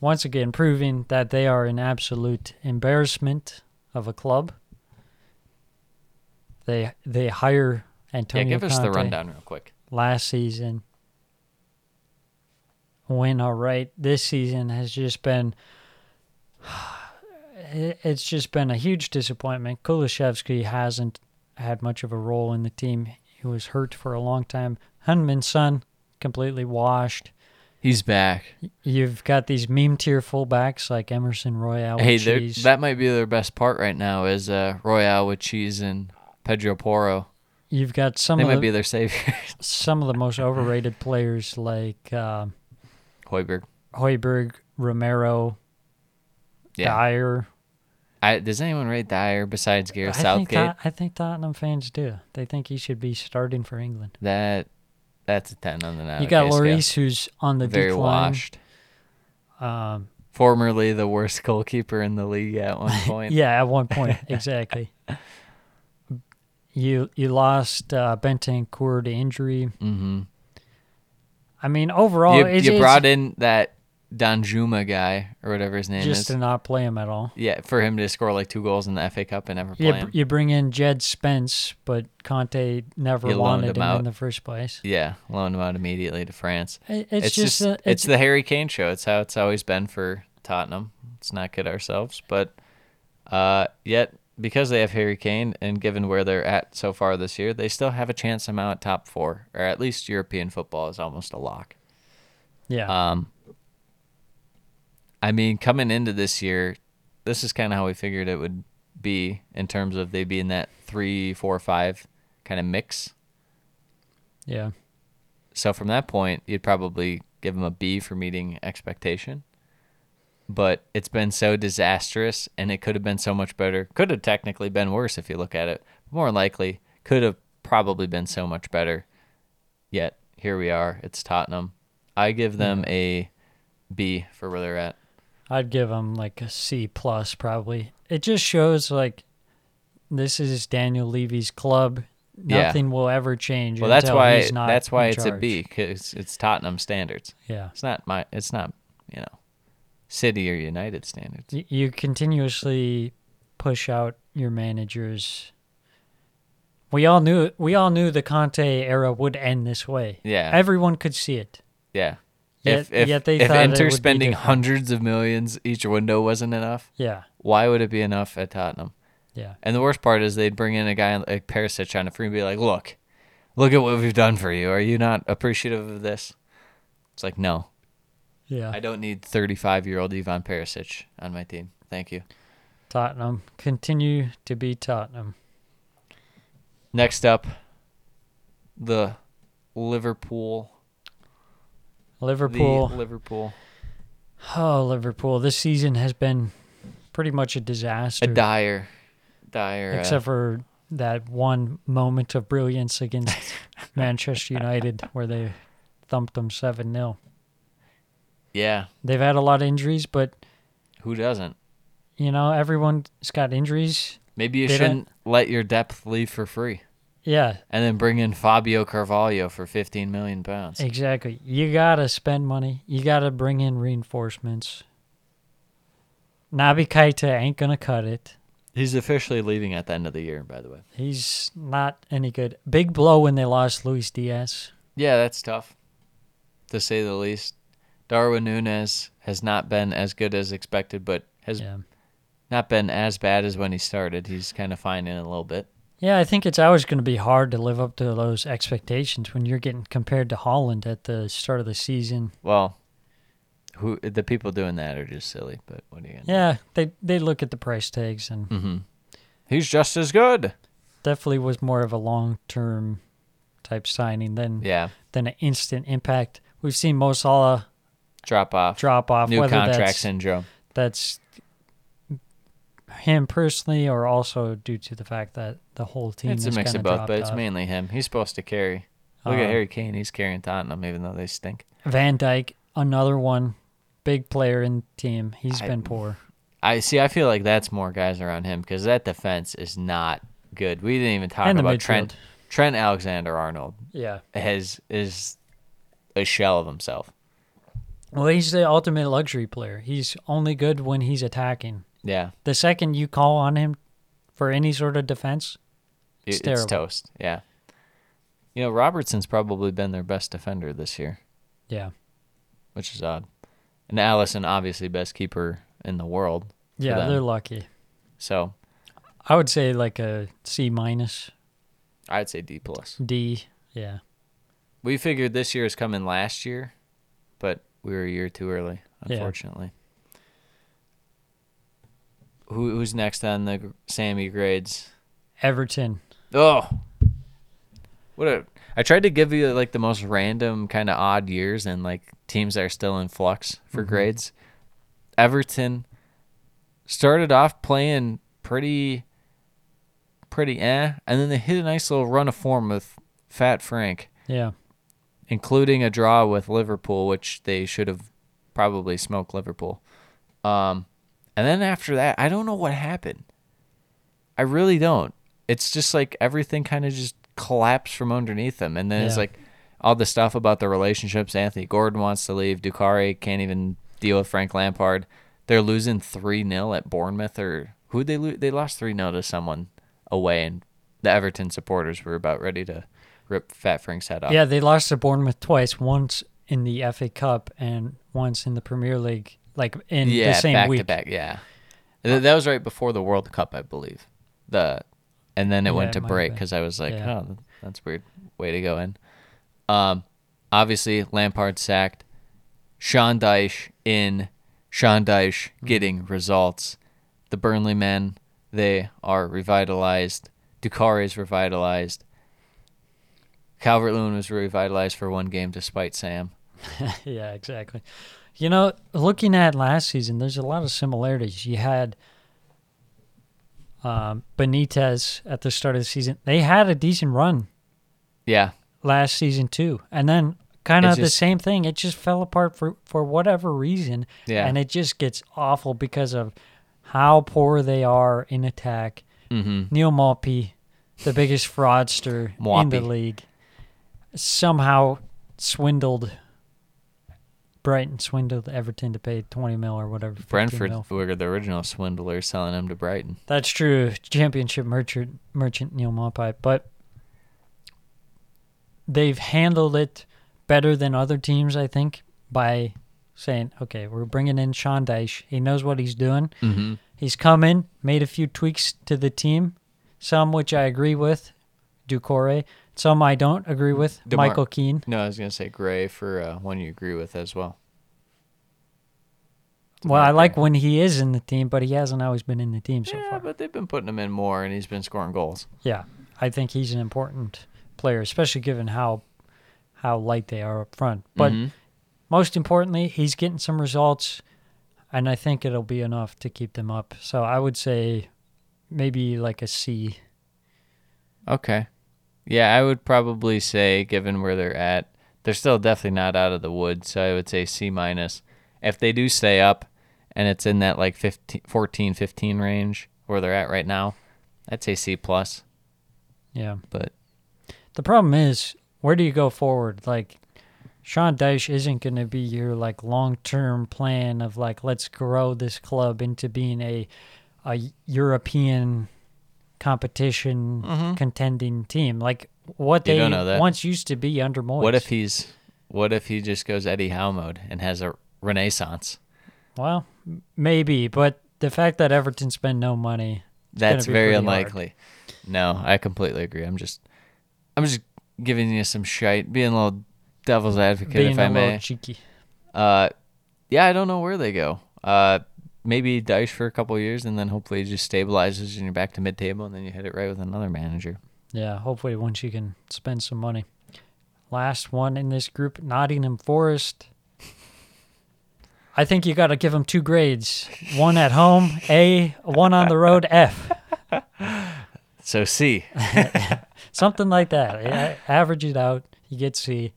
[SPEAKER 7] once again proving that they are an absolute embarrassment of a club. They they hire
[SPEAKER 6] Yeah,
[SPEAKER 7] Antonio
[SPEAKER 6] give us the
[SPEAKER 7] Conte
[SPEAKER 6] rundown real quick.
[SPEAKER 7] last season. Win all right. This season has just been. it- It's just been a huge disappointment. Kulishevsky hasn't had much of a role in the team. He was hurt for a long time. Hunman's son completely washed.
[SPEAKER 6] He's back.
[SPEAKER 7] You've got these meme tier fullbacks like Emerson Royale.
[SPEAKER 6] hey,
[SPEAKER 7] with
[SPEAKER 6] they're-
[SPEAKER 7] cheese.
[SPEAKER 6] that might be their best part right now is uh, Royale with cheese and Pedro Porro.
[SPEAKER 7] you've got some
[SPEAKER 6] They
[SPEAKER 7] of
[SPEAKER 6] might
[SPEAKER 7] the,
[SPEAKER 6] be their savior.
[SPEAKER 7] some of the most overrated players like um
[SPEAKER 6] Hoiberg.
[SPEAKER 7] Hoiberg, Romero,
[SPEAKER 6] Yeah.
[SPEAKER 7] Dyer.
[SPEAKER 6] I, does anyone rate Dyer besides Gareth
[SPEAKER 7] I think,
[SPEAKER 6] Southgate?
[SPEAKER 7] Tot- I think Tottenham fans do. They think he should be starting for England.
[SPEAKER 6] That that's a ten on the nine.
[SPEAKER 7] you got
[SPEAKER 6] okay scale.
[SPEAKER 7] Lloris, who's on the
[SPEAKER 6] very
[SPEAKER 7] decline. Um,
[SPEAKER 6] washed. Formerly the worst goalkeeper in the league at one point.
[SPEAKER 7] Yeah, at one point, exactly. You you lost uh, Bentancur to injury. Mm-hmm. I mean, overall,
[SPEAKER 6] you,
[SPEAKER 7] it's,
[SPEAKER 6] you
[SPEAKER 7] it's
[SPEAKER 6] brought in that Danjuma guy or whatever his name
[SPEAKER 7] just
[SPEAKER 6] is.
[SPEAKER 7] to not play him at all.
[SPEAKER 6] yeah, for him to score like two goals in the FA Cup and never play
[SPEAKER 7] You,
[SPEAKER 6] him.
[SPEAKER 7] you bring in Jed Spence, but Conte never
[SPEAKER 6] You loaned
[SPEAKER 7] wanted
[SPEAKER 6] him
[SPEAKER 7] him,
[SPEAKER 6] out.
[SPEAKER 7] in the first place.
[SPEAKER 6] Yeah, loaned him out immediately to France.
[SPEAKER 7] It- it's just a-
[SPEAKER 6] it's,
[SPEAKER 7] it's-
[SPEAKER 6] the Harry Kane show. It's how it's always been for Tottenham. Let's not kid ourselves, but uh, yet because they have Harry Kane and given where they're at so far this year, they still have a chance somehow at top four, or at least European football is almost a lock. Um,
[SPEAKER 7] Yeah,
[SPEAKER 6] Uh, I mean, coming into this year, this is kind of how we figured it would be in terms of they being that three, four, five kind of mix.
[SPEAKER 7] yeah.
[SPEAKER 6] So from that point, you'd probably give them a B for meeting expectation. But it's been so disastrous, and it could have been so much better. Could have technically been worse if you look at it. More likely, could have probably been so much better. Yet here we are. It's Tottenham. I give them a B for where they're at.
[SPEAKER 7] I'd give him like a C plus probably. It just shows like this is Daniel Levy's club.
[SPEAKER 6] Yeah.
[SPEAKER 7] Nothing will ever change.
[SPEAKER 6] Well, that's
[SPEAKER 7] until
[SPEAKER 6] why
[SPEAKER 7] he's not
[SPEAKER 6] that's why
[SPEAKER 7] in
[SPEAKER 6] it's a
[SPEAKER 7] charge.
[SPEAKER 6] B because it's Tottenham standards.
[SPEAKER 7] Yeah,
[SPEAKER 6] It's not my. It's not you know, City or United standards.
[SPEAKER 7] Y- you continuously push out your managers. We all knew we all knew the Conte era would end this way.
[SPEAKER 6] Yeah.
[SPEAKER 7] everyone could see it.
[SPEAKER 6] Yeah.
[SPEAKER 7] Yet-
[SPEAKER 6] if if,
[SPEAKER 7] yet they
[SPEAKER 6] if
[SPEAKER 7] thought it would
[SPEAKER 6] Inter
[SPEAKER 7] be
[SPEAKER 6] spending
[SPEAKER 7] different.
[SPEAKER 6] hundreds of millions each window wasn't enough,
[SPEAKER 7] Yeah,
[SPEAKER 6] why would it be enough at Tottenham?
[SPEAKER 7] yeah,
[SPEAKER 6] And the worst part is they'd bring in a guy like Perisic on a free and be like, "Look, look at what we've done for you. Are you not appreciative of this?" It's like, no,
[SPEAKER 7] yeah.
[SPEAKER 6] I don't need 35 year old Ivan Perisic on my team. Thank you.
[SPEAKER 7] Tottenham continue to be Tottenham.
[SPEAKER 6] Next up, the Liverpool.
[SPEAKER 7] Liverpool.
[SPEAKER 6] The Liverpool.
[SPEAKER 7] Oh, Liverpool! This season has been pretty much a disaster.
[SPEAKER 6] A dire, dire. uh,
[SPEAKER 7] except for that one moment of brilliance against Manchester United where they thumped them 7 0.
[SPEAKER 6] yeah,
[SPEAKER 7] They've had a lot of injuries, but,
[SPEAKER 6] who doesn't?
[SPEAKER 7] you know, everyone's got injuries.
[SPEAKER 6] Maybe you
[SPEAKER 7] They don't-
[SPEAKER 6] shouldn't let your depth leave for free.
[SPEAKER 7] Yeah,
[SPEAKER 6] and then bring in Fabio Carvalho for 15 million pounds.
[SPEAKER 7] exactly. You got to spend money, you got to bring in reinforcements. Nabi Keita ain't going to cut it.
[SPEAKER 6] He's officially leaving at the end of the year, by the way.
[SPEAKER 7] He's not any good. Big blow when they lost Luis Diaz.
[SPEAKER 6] Yeah, that's tough, to say the least. Darwin Nunes has not been as good as expected, but has
[SPEAKER 7] Yeah.
[SPEAKER 6] not been as bad as when he started. He's kind of finding it a little bit.
[SPEAKER 7] Yeah, I think it's always going to be hard to live up to those expectations when you're getting compared to Holland at the start of the season.
[SPEAKER 6] Well, who the people doing that are just silly. But what are you gonna? do?
[SPEAKER 7] Yeah, they they look at the price tags and
[SPEAKER 6] Mm-hmm. He's just as good.
[SPEAKER 7] definitely was more of a long term type signing than
[SPEAKER 6] Yeah,
[SPEAKER 7] than an instant impact. We've seen Mo Salah
[SPEAKER 6] drop off.
[SPEAKER 7] drop off.
[SPEAKER 6] New
[SPEAKER 7] whether
[SPEAKER 6] contract
[SPEAKER 7] that's,
[SPEAKER 6] syndrome.
[SPEAKER 7] that's him personally, or also due to the fact that the whole team
[SPEAKER 6] It's a
[SPEAKER 7] is
[SPEAKER 6] mix
[SPEAKER 7] kinda
[SPEAKER 6] of both,
[SPEAKER 7] dropped Uh-huh.
[SPEAKER 6] but it's
[SPEAKER 7] off.
[SPEAKER 6] mainly him. He's supposed to carry. Look at Harry Kane. He's carrying Tottenham, even though they stink.
[SPEAKER 7] Van Dyke, another one, big player in the team. He's
[SPEAKER 6] I-
[SPEAKER 7] been poor.
[SPEAKER 6] I see. I feel like that's more guys around him because that defense is not good. We didn't even talk
[SPEAKER 7] And the
[SPEAKER 6] about
[SPEAKER 7] midfield.
[SPEAKER 6] Trent. Trent Alexander Arnold
[SPEAKER 7] Yeah.
[SPEAKER 6] has is a shell of himself.
[SPEAKER 7] Well, he's the ultimate luxury player. He's only good when he's attacking.
[SPEAKER 6] Yeah,
[SPEAKER 7] The second you call on him for any sort of defense,
[SPEAKER 6] it-
[SPEAKER 7] It's
[SPEAKER 6] it's,
[SPEAKER 7] terrible.
[SPEAKER 6] toast. Yeah. You know, Robertson's probably been their best defender this year,
[SPEAKER 7] yeah.
[SPEAKER 6] which is odd. And Allison, obviously, best keeper in the world. for
[SPEAKER 7] Yeah,
[SPEAKER 6] them.
[SPEAKER 7] they're lucky.
[SPEAKER 6] So
[SPEAKER 7] I would say like a C minus,
[SPEAKER 6] I'd say D plus.
[SPEAKER 7] D. Yeah.
[SPEAKER 6] We figured this year is coming last year, but we were a year too early,
[SPEAKER 7] Yeah.
[SPEAKER 6] unfortunately. Who, who's next on the gr- Sammy grades?
[SPEAKER 7] Everton.
[SPEAKER 6] Oh, what a! I tried to give you like the most random kind of odd years and like teams that are still in flux for grades. Everton started off playing pretty, pretty eh, and then they hit a nice little run of form with Fat Frank
[SPEAKER 7] Yeah.
[SPEAKER 6] including a draw with Liverpool, which they should have probably smoked Liverpool. Um, and then after that, I don't know what happened. I really don't. It's just like everything kind of just collapsed from underneath them. And then it's
[SPEAKER 7] Yeah.
[SPEAKER 6] like all the stuff about the relationships. Anthony Gordon wants to leave. Ducari can't even deal with Frank Lampard. They're losing 3 0 at Bournemouth, or who they lose? They lost 3 0 to someone away, and the Everton supporters were about ready to rip Fat Frank's head off.
[SPEAKER 7] Yeah, they lost to Bournemouth twice, once in the FA Cup and once in the Premier League, like in the same
[SPEAKER 6] back
[SPEAKER 7] week.
[SPEAKER 6] to back. Yeah, Th- that was right before the World Cup, I believe. The and then it
[SPEAKER 7] Yeah, it
[SPEAKER 6] went to
[SPEAKER 7] might have
[SPEAKER 6] break
[SPEAKER 7] been.
[SPEAKER 6] because I was like,
[SPEAKER 7] Yeah.
[SPEAKER 6] oh, that's weird way to go in. Um, obviously Lampard sacked, Sean Dyche in, Sean Dyche
[SPEAKER 7] Mm.
[SPEAKER 6] getting results. The Burnley men they are revitalized. Ducari is revitalized. Calvert Lewin was revitalized for one game despite Sam.
[SPEAKER 7] Yeah, exactly. You know, looking at last season, there's a lot of similarities. You had um, Benitez at the start of the season. They had a decent run
[SPEAKER 6] Yeah,
[SPEAKER 7] last season too, and then kind of
[SPEAKER 6] It
[SPEAKER 7] the
[SPEAKER 6] just-
[SPEAKER 7] same thing. It just fell apart for for whatever reason,
[SPEAKER 6] Yeah.
[SPEAKER 7] and it just gets awful because of how poor they are in attack. Mm-hmm. Neil Maupy, the biggest fraudster in the
[SPEAKER 6] Maupy.
[SPEAKER 7] league, somehow swindled Brighton, swindled Everton to pay twenty mil or whatever. 15
[SPEAKER 6] Brentford
[SPEAKER 7] mil.
[SPEAKER 6] were the original swindlers selling him to Brighton.
[SPEAKER 7] That's true. Championship merchant, merchant Neil Maupay, but they've handled it better than other teams, I think, by saying, "Okay, we're bringing in Sean Dyche. He knows what he's doing. Mm-hmm. He's come in, made a few tweaks to the team, some which I agree with, Ducore, some I don't agree with,
[SPEAKER 6] Demar-
[SPEAKER 7] Michael Keane.
[SPEAKER 6] No, I was gonna say Gray for uh, one you agree with as well.
[SPEAKER 7] Well, I
[SPEAKER 6] Demar
[SPEAKER 7] like
[SPEAKER 6] Gray.
[SPEAKER 7] when he is in the team, but he hasn't always been in the team so
[SPEAKER 6] Yeah,
[SPEAKER 7] far.
[SPEAKER 6] but they've been putting him in more, and he's been scoring goals.
[SPEAKER 7] Yeah, I think he's an important player, especially given how how light they are up front. But most importantly, he's getting some results, and I think it'll be enough to keep them up. So I would say maybe like a C.
[SPEAKER 6] Okay. Yeah, I would probably say, given where they're at, they're still definitely not out of the woods. So I would say C minus. If they do stay up, and it's in that like 15, 14, 15 range where they're at right now, I'd say C plus.
[SPEAKER 7] Yeah.
[SPEAKER 6] But
[SPEAKER 7] The problem is, where do you go forward? Like, Sean Dyche isn't going to be your like long term plan of like let's grow this club into being a a European competition contending team. Like what
[SPEAKER 6] Mm-hmm. You
[SPEAKER 7] they
[SPEAKER 6] don't know that.
[SPEAKER 7] once used to be under Moyes.
[SPEAKER 6] what if he's, what if he just goes Eddie Howe mode and has a renaissance?
[SPEAKER 7] Well, m- maybe, but the fact that Everton spend no money, it's gonna
[SPEAKER 6] That's
[SPEAKER 7] be
[SPEAKER 6] very
[SPEAKER 7] pretty hard.
[SPEAKER 6] unlikely. No, I completely agree. I'm just, I'm just giving you some shite, being a little devil's advocate,
[SPEAKER 7] Being
[SPEAKER 6] if
[SPEAKER 7] a
[SPEAKER 6] I
[SPEAKER 7] little
[SPEAKER 6] may.
[SPEAKER 7] cheeky.
[SPEAKER 6] uh, yeah, I don't know where they go. Uh, maybe Dice for a couple of years, and then hopefully it just stabilizes, and you're back to mid-table, and then you hit it right with another manager.
[SPEAKER 7] Yeah, hopefully once you can spend some money. Last one in this group, Nottingham Forest. I think you got to give them two grades: one at home, A; one on the road, F.
[SPEAKER 6] So C.
[SPEAKER 7] Something like that. Yeah, average it out. You get to see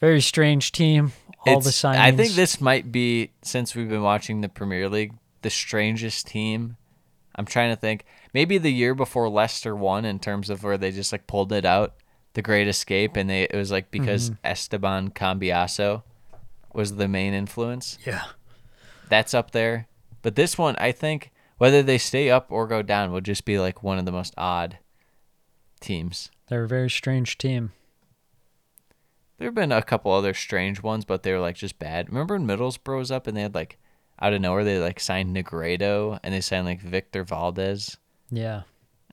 [SPEAKER 7] very strange team. All the
[SPEAKER 6] It's-
[SPEAKER 7] signs.
[SPEAKER 6] I think this might be since we've been watching the Premier League, the strangest team. I'm trying to think. Maybe the year before Leicester won, in terms of where they just like pulled it out, the Great Escape, and they it was like because
[SPEAKER 7] Mm-hmm.
[SPEAKER 6] Esteban Cambiaso was the main influence.
[SPEAKER 7] Yeah.
[SPEAKER 6] That's up there. But this one, I think whether they stay up or go down will just be like one of the most odd teams.
[SPEAKER 7] They're a very strange team.
[SPEAKER 6] There have been a couple other strange ones, but they were like just bad. Remember when Middlesbrough was up and they had like out of nowhere they like signed Negredo and they signed like Victor Valdez.
[SPEAKER 7] Yeah.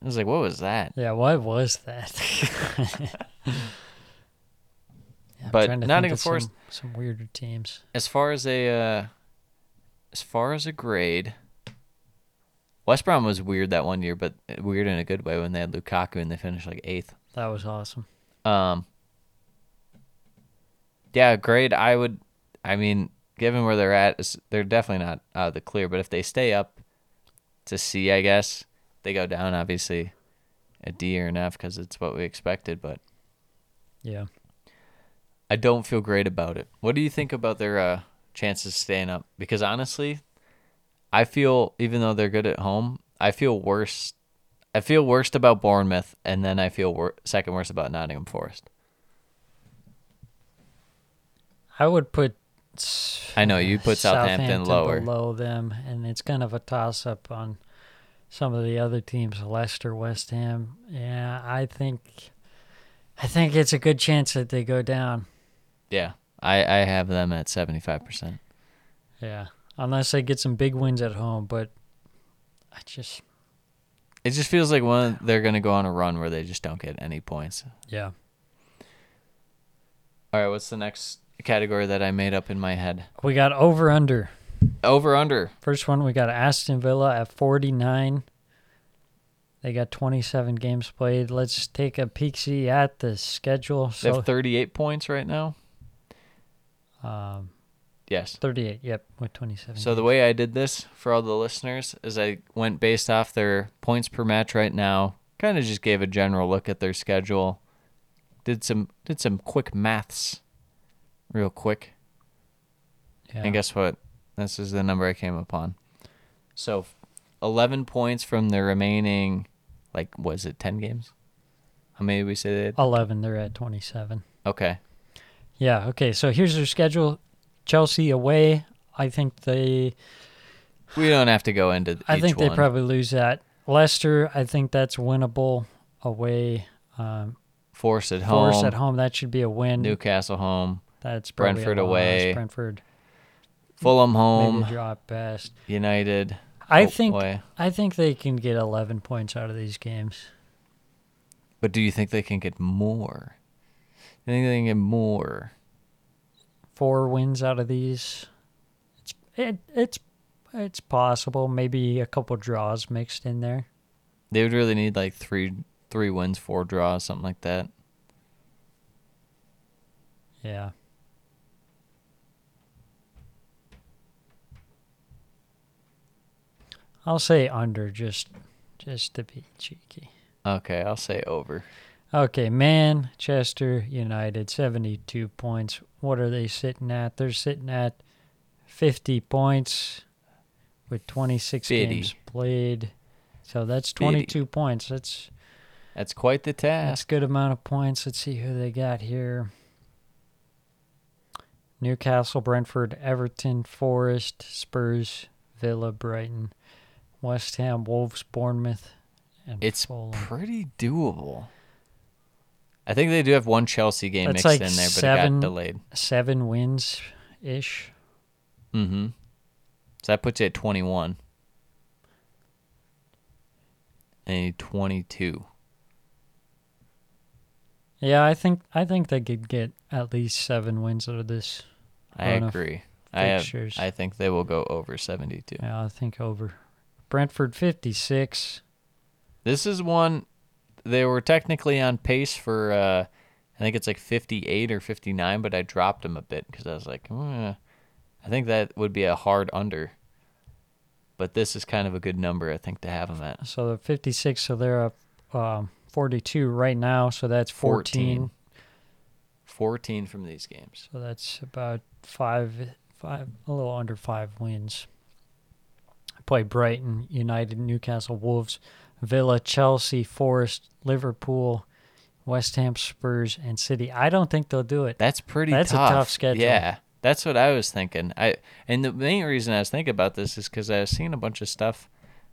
[SPEAKER 6] I was like, what was that?
[SPEAKER 7] Yeah. What was that? Yeah, I'm
[SPEAKER 6] But
[SPEAKER 7] trying to
[SPEAKER 6] Nottingham
[SPEAKER 7] think of
[SPEAKER 6] Forest-
[SPEAKER 7] Some, some weirder teams.
[SPEAKER 6] As far as a uh, as far as a grade, West Brom was weird that one year, but uh, weird in a good way when they had Lukaku and they finished like eighth.
[SPEAKER 7] That was awesome.
[SPEAKER 6] Um. Yeah, grade. I would. I mean, given where they're at, it's- they're definitely not out of the clear. But if they stay up to C, I guess they go down. Obviously, a D or an F because it's what we expected. But
[SPEAKER 7] Yeah.
[SPEAKER 6] I don't feel great about it. What do you think about their uh, chances staying up? Because honestly, I feel even though they're good at home, I feel worse. I feel worst about Bournemouth, and then I feel wor- second worst about Nottingham Forest.
[SPEAKER 7] I would put. s-
[SPEAKER 6] I know you put Southampton, lower.
[SPEAKER 7] below them, and it's kind of a toss up on some of the other teams, Leicester, West Ham. Yeah, I think, I think it's a good chance that they go down.
[SPEAKER 6] Yeah, I I have them at seventy five percent.
[SPEAKER 7] Yeah, unless they get some big wins at home, but I just
[SPEAKER 6] It just feels like one they're gonna go on a run where they just don't get any points.
[SPEAKER 7] yeah.
[SPEAKER 6] All right, what's the next category that I made up in my head?
[SPEAKER 7] We got over under.
[SPEAKER 6] Over under.
[SPEAKER 7] First one we got Aston Villa at 49. They got 27 games played. Let's take a peek see at the schedule.
[SPEAKER 6] They
[SPEAKER 7] So
[SPEAKER 6] have thirty eight points right now.
[SPEAKER 7] um,
[SPEAKER 6] Yes.
[SPEAKER 7] 38. Yep, with 27.
[SPEAKER 6] So the way I did this for all the listeners is I went based off their points per match right now. Kind of just gave a general look at their schedule. Did some did some quick maths, real quick.
[SPEAKER 7] yeah.
[SPEAKER 6] And guess what? This is the number I came upon. So, 11 points from the remaining, like, was it 10 games? How many did we say that?
[SPEAKER 7] 11 they're at 27
[SPEAKER 6] Okay.
[SPEAKER 7] yeah okay so here's their schedule chelsea away i think they
[SPEAKER 6] We don't have to go into
[SPEAKER 7] i
[SPEAKER 6] each
[SPEAKER 7] think they
[SPEAKER 6] one.
[SPEAKER 7] probably lose that leicester i think that's winnable away um
[SPEAKER 6] Force at home.
[SPEAKER 7] forest at home that should be a win
[SPEAKER 6] Newcastle home.
[SPEAKER 7] that's probably
[SPEAKER 6] Brentford
[SPEAKER 7] a loss.
[SPEAKER 6] away.
[SPEAKER 7] brentford
[SPEAKER 6] Fulham
[SPEAKER 7] maybe
[SPEAKER 6] home.
[SPEAKER 7] a draw at best
[SPEAKER 6] United.
[SPEAKER 7] i
[SPEAKER 6] Oh,
[SPEAKER 7] think
[SPEAKER 6] boy.
[SPEAKER 7] i think they can get 11 points out of these games
[SPEAKER 6] But do you think they can get more? Do you think they can get more?
[SPEAKER 7] four wins out of these it's it, it's it's possible maybe a couple draws mixed in there
[SPEAKER 6] They would really need like three three wins, four draws, something like that.
[SPEAKER 7] yeah I'll say under just just to be cheeky.
[SPEAKER 6] Okay, I'll say over.
[SPEAKER 7] Okay, Manchester United 72 points. What are they sitting at? They're sitting at 50 points with 26
[SPEAKER 6] Fifty.
[SPEAKER 7] games played. So that's
[SPEAKER 6] Fifty.
[SPEAKER 7] 22 points. That's
[SPEAKER 6] That's quite the
[SPEAKER 7] that's
[SPEAKER 6] task.
[SPEAKER 7] good amount of points. Let's see who they got here. Newcastle, Brentford, Everton, Forest, Spurs, Villa, Brighton, West Ham, Wolves, Bournemouth, and
[SPEAKER 6] It's
[SPEAKER 7] Fulham.
[SPEAKER 6] pretty doable. I think they do have one Chelsea game
[SPEAKER 7] That's
[SPEAKER 6] mixed
[SPEAKER 7] like
[SPEAKER 6] in there, but it
[SPEAKER 7] seven-
[SPEAKER 6] got delayed.
[SPEAKER 7] seven wins ish.
[SPEAKER 6] Mm-hmm. So that puts you at 21. And 22.
[SPEAKER 7] Yeah, I think I think they could get at least seven wins out of this.
[SPEAKER 6] I
[SPEAKER 7] Fair enough.
[SPEAKER 6] agree. I, have-
[SPEAKER 7] Fixtures.
[SPEAKER 6] I think they will go over 72.
[SPEAKER 7] Yeah, I think over. Brentford fifty six.
[SPEAKER 6] This is one they were technically on pace for. Uh, I think it's like 58 or 59, but I dropped them a bit because I was like, "Mm, I think that would be a hard under. But this is kind of a good number, I think, to have them at.
[SPEAKER 7] So they're fifty six, so they're up um, 42 right now, so that's 14.
[SPEAKER 6] 14. 14 from these games.
[SPEAKER 7] So that's about five, five, a little under five wins. Play Brighton, United, Newcastle, Wolves, Villa, Chelsea, Forest, Liverpool, West Ham, Spurs, and City. I don't think they'll do it.
[SPEAKER 6] That's pretty.
[SPEAKER 7] That's a
[SPEAKER 6] tough.
[SPEAKER 7] tough schedule.
[SPEAKER 6] Yeah, that's what I was thinking. I and the main reason I was thinking about this is because I was seeing a bunch of stuff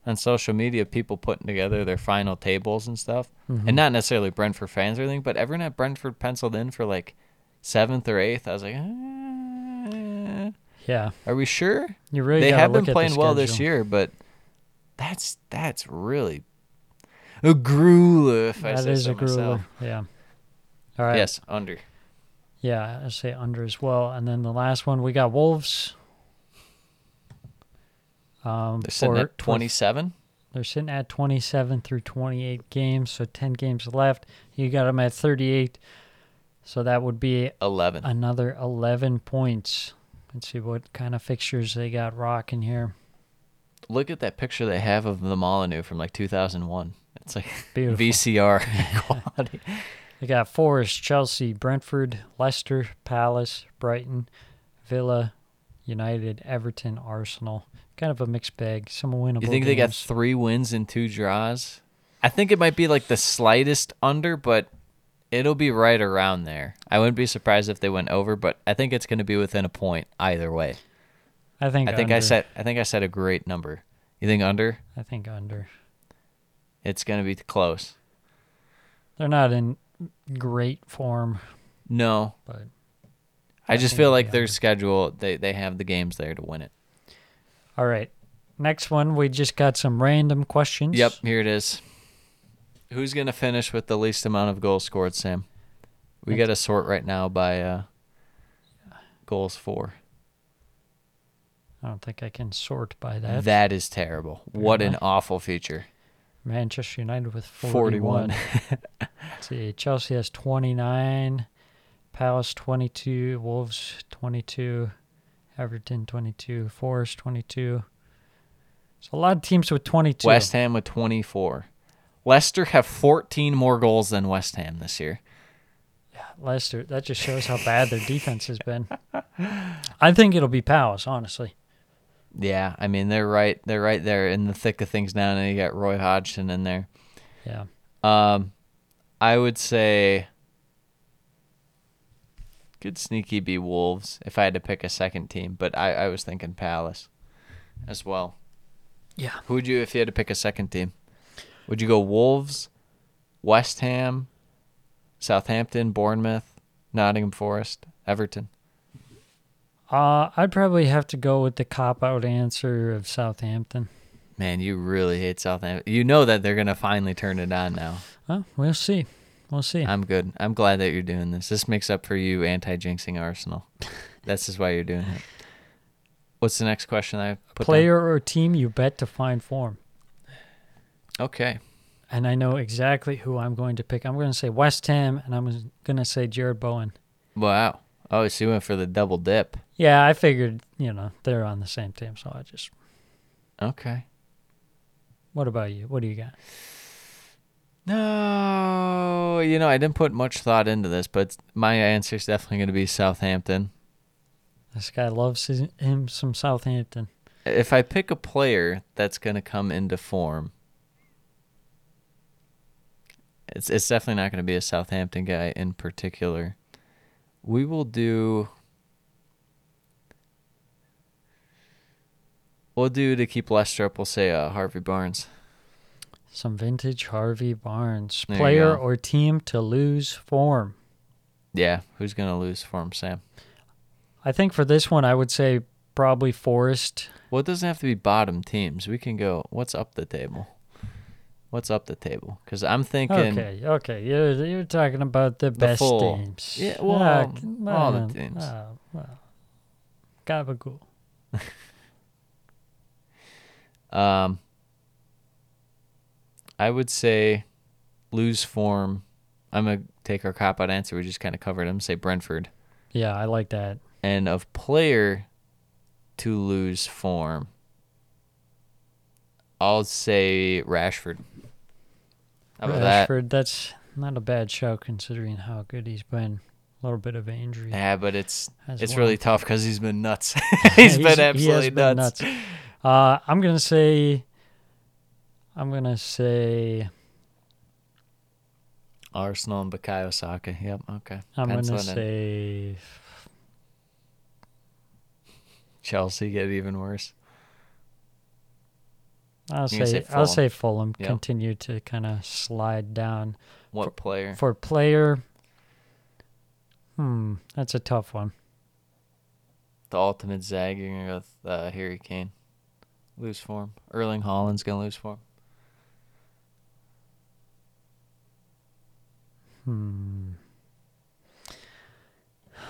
[SPEAKER 6] on social media, people putting together their final tables and stuff,
[SPEAKER 7] Mm-hmm.
[SPEAKER 6] and not necessarily Brentford fans or anything, but everyone at Brentford penciled in for like seventh or eighth. I was like, "Uh,
[SPEAKER 7] yeah,
[SPEAKER 6] are we sure?
[SPEAKER 7] You really
[SPEAKER 6] they
[SPEAKER 7] gotta
[SPEAKER 6] have been
[SPEAKER 7] look at the
[SPEAKER 6] playing well this
[SPEAKER 7] schedule.
[SPEAKER 6] year, but that's that's really a grueler. If I
[SPEAKER 7] that
[SPEAKER 6] say
[SPEAKER 7] is
[SPEAKER 6] so
[SPEAKER 7] a grueler.
[SPEAKER 6] myself.
[SPEAKER 7] Yeah. All right.
[SPEAKER 6] Yes, under.
[SPEAKER 7] Yeah, I say under as well. And then the last one we got Wolves. Um,
[SPEAKER 6] They're sitting
[SPEAKER 7] for-
[SPEAKER 6] at
[SPEAKER 7] for-
[SPEAKER 6] twenty-seven.
[SPEAKER 7] They're sitting at 27 through 28 games, so 10 games left. You got them at 38, so that would be
[SPEAKER 6] 11.
[SPEAKER 7] another 11 points. Let's see what kind of fixtures they got rocking here.
[SPEAKER 6] Look at that picture they have of the Molyneux from like 2001. It's like
[SPEAKER 7] Beautiful.
[SPEAKER 6] VCR quality.
[SPEAKER 7] They got Forest, Chelsea, Brentford, Leicester, Palace, Brighton, Villa, United, Everton, Arsenal. Kind of a mixed bag. Some winnable.
[SPEAKER 6] You think they got
[SPEAKER 7] games.
[SPEAKER 6] three wins and two draws? I think it might be like the slightest under, but it'll be right around there. I wouldn't be surprised if they went over, but I think it's going to be within a point either way.
[SPEAKER 7] I think.
[SPEAKER 6] I think I
[SPEAKER 7] under.
[SPEAKER 6] set. I think I set a great number. You think under?
[SPEAKER 7] I think under.
[SPEAKER 6] It's going to be close.
[SPEAKER 7] They're not in great form,
[SPEAKER 6] No,
[SPEAKER 7] but
[SPEAKER 6] I just
[SPEAKER 7] think
[SPEAKER 6] feel
[SPEAKER 7] it'll
[SPEAKER 6] like
[SPEAKER 7] be
[SPEAKER 6] their
[SPEAKER 7] under.
[SPEAKER 6] schedule. They they have the games there to win it.
[SPEAKER 7] All right. Next one, we just got some random questions.
[SPEAKER 6] Yep, here it is. Who's gonna finish with the least amount of goals scored, Sam? We got to sort right now by uh, goals for.
[SPEAKER 7] I don't think I can sort by that.
[SPEAKER 6] that is terrible. What an awful feature.
[SPEAKER 7] Manchester United with 41.
[SPEAKER 6] Forty-one.
[SPEAKER 7] Let's see. Chelsea has 29, Palace 22, Wolves 22, Everton 22, Forest 22. So a lot of teams with 22.
[SPEAKER 6] West Ham with twenty-four. Leicester have fourteen more goals than West Ham this year.
[SPEAKER 7] Leicester. That just shows how bad their defense has been. I think it'll be Palace, honestly.
[SPEAKER 6] Yeah, I mean they're right. They're right there in the thick of things now, and then you got Roy Hodgson in there.
[SPEAKER 7] Yeah.
[SPEAKER 6] Um, I would say could sneaky be Wolves if I had to pick a second team, but I, I was thinking Palace as well.
[SPEAKER 7] Yeah.
[SPEAKER 6] Who would you if you had to pick a second team? Would you go Wolves, West Ham, Southampton, Bournemouth, Nottingham Forest, Everton?
[SPEAKER 7] Uh, I'd probably have to go with the cop out answer of Southampton.
[SPEAKER 6] Man, you really hate Southampton. You know that they're gonna finally turn it on now.
[SPEAKER 7] Well, we'll see. We'll see.
[SPEAKER 6] I'm good. I'm glad that you're doing this. This makes up for you anti-jinxing Arsenal. this is why you're doing it. What's the next question I put down?
[SPEAKER 7] Player or team you bet to find form.
[SPEAKER 6] Okay.
[SPEAKER 7] And I know exactly who I'm going to pick. I'm going to say West Ham, and I'm going to say Jared Bowen.
[SPEAKER 6] Wow. Oh, so you went for the double dip.
[SPEAKER 7] Yeah, I figured, you know, they're on the same team. So I just,
[SPEAKER 6] Okay.
[SPEAKER 7] what about you? What do you got?
[SPEAKER 6] No, you know, I didn't put much thought into this, but my answer is definitely going to be Southampton.
[SPEAKER 7] This guy loves his, him some Southampton.
[SPEAKER 6] If I pick a player that's going to come into form, it's it's definitely not going to be a Southampton guy in particular. We will do. We'll do to keep Lester up. We'll say uh, Harvey Barnes.
[SPEAKER 7] Some vintage Harvey Barnes.
[SPEAKER 6] There you
[SPEAKER 7] Player
[SPEAKER 6] go.
[SPEAKER 7] or team to lose form.
[SPEAKER 6] Yeah, who's gonna lose for him, Sam?
[SPEAKER 7] I think for this one, I would say probably Forest.
[SPEAKER 6] Well, it doesn't have to be bottom teams. We can go. What's up the table? What's up the table? Because I'm thinking.
[SPEAKER 7] Okay, okay. You're, you're talking about the, best
[SPEAKER 6] full-
[SPEAKER 7] teams.
[SPEAKER 6] Yeah,
[SPEAKER 7] Ah,
[SPEAKER 6] well,
[SPEAKER 7] c-
[SPEAKER 6] all the
[SPEAKER 7] well,
[SPEAKER 6] teams.
[SPEAKER 7] ah, well. Gabagool.
[SPEAKER 6] Um, I would say lose form. I'm gonna take our cop out answer. We just kind of covered him. Say Brentford,
[SPEAKER 7] Yeah, I like that.
[SPEAKER 6] and of player to lose form, I'll say Rashford. How about that?
[SPEAKER 7] Rashford, that's not a bad show considering how good he's been. A little bit of an injury.
[SPEAKER 6] Yeah, but it's
[SPEAKER 7] Has
[SPEAKER 6] it's
[SPEAKER 7] one.
[SPEAKER 6] really tough because he's been nuts.
[SPEAKER 7] Yeah,
[SPEAKER 6] he's been
[SPEAKER 7] he has
[SPEAKER 6] absolutely
[SPEAKER 7] been
[SPEAKER 6] nuts.
[SPEAKER 7] Uh, I'm gonna say. I'm gonna say.
[SPEAKER 6] Arsenal and Bakayo Saka. Yep. Okay.
[SPEAKER 7] I'm
[SPEAKER 6] Pencil it
[SPEAKER 7] gonna
[SPEAKER 6] in.
[SPEAKER 7] say.
[SPEAKER 6] Chelsea get even worse.
[SPEAKER 7] I'll
[SPEAKER 6] You're gonna
[SPEAKER 7] say,
[SPEAKER 6] say Fulham.
[SPEAKER 7] I'll say Fulham
[SPEAKER 6] Yep.
[SPEAKER 7] continue to kind of slide down
[SPEAKER 6] What player?
[SPEAKER 7] for player. Hmm, that's a tough one.
[SPEAKER 6] the ultimate zag. You're gonna go with uh, Harry Kane. Lose form. Erling Haaland's gonna lose form.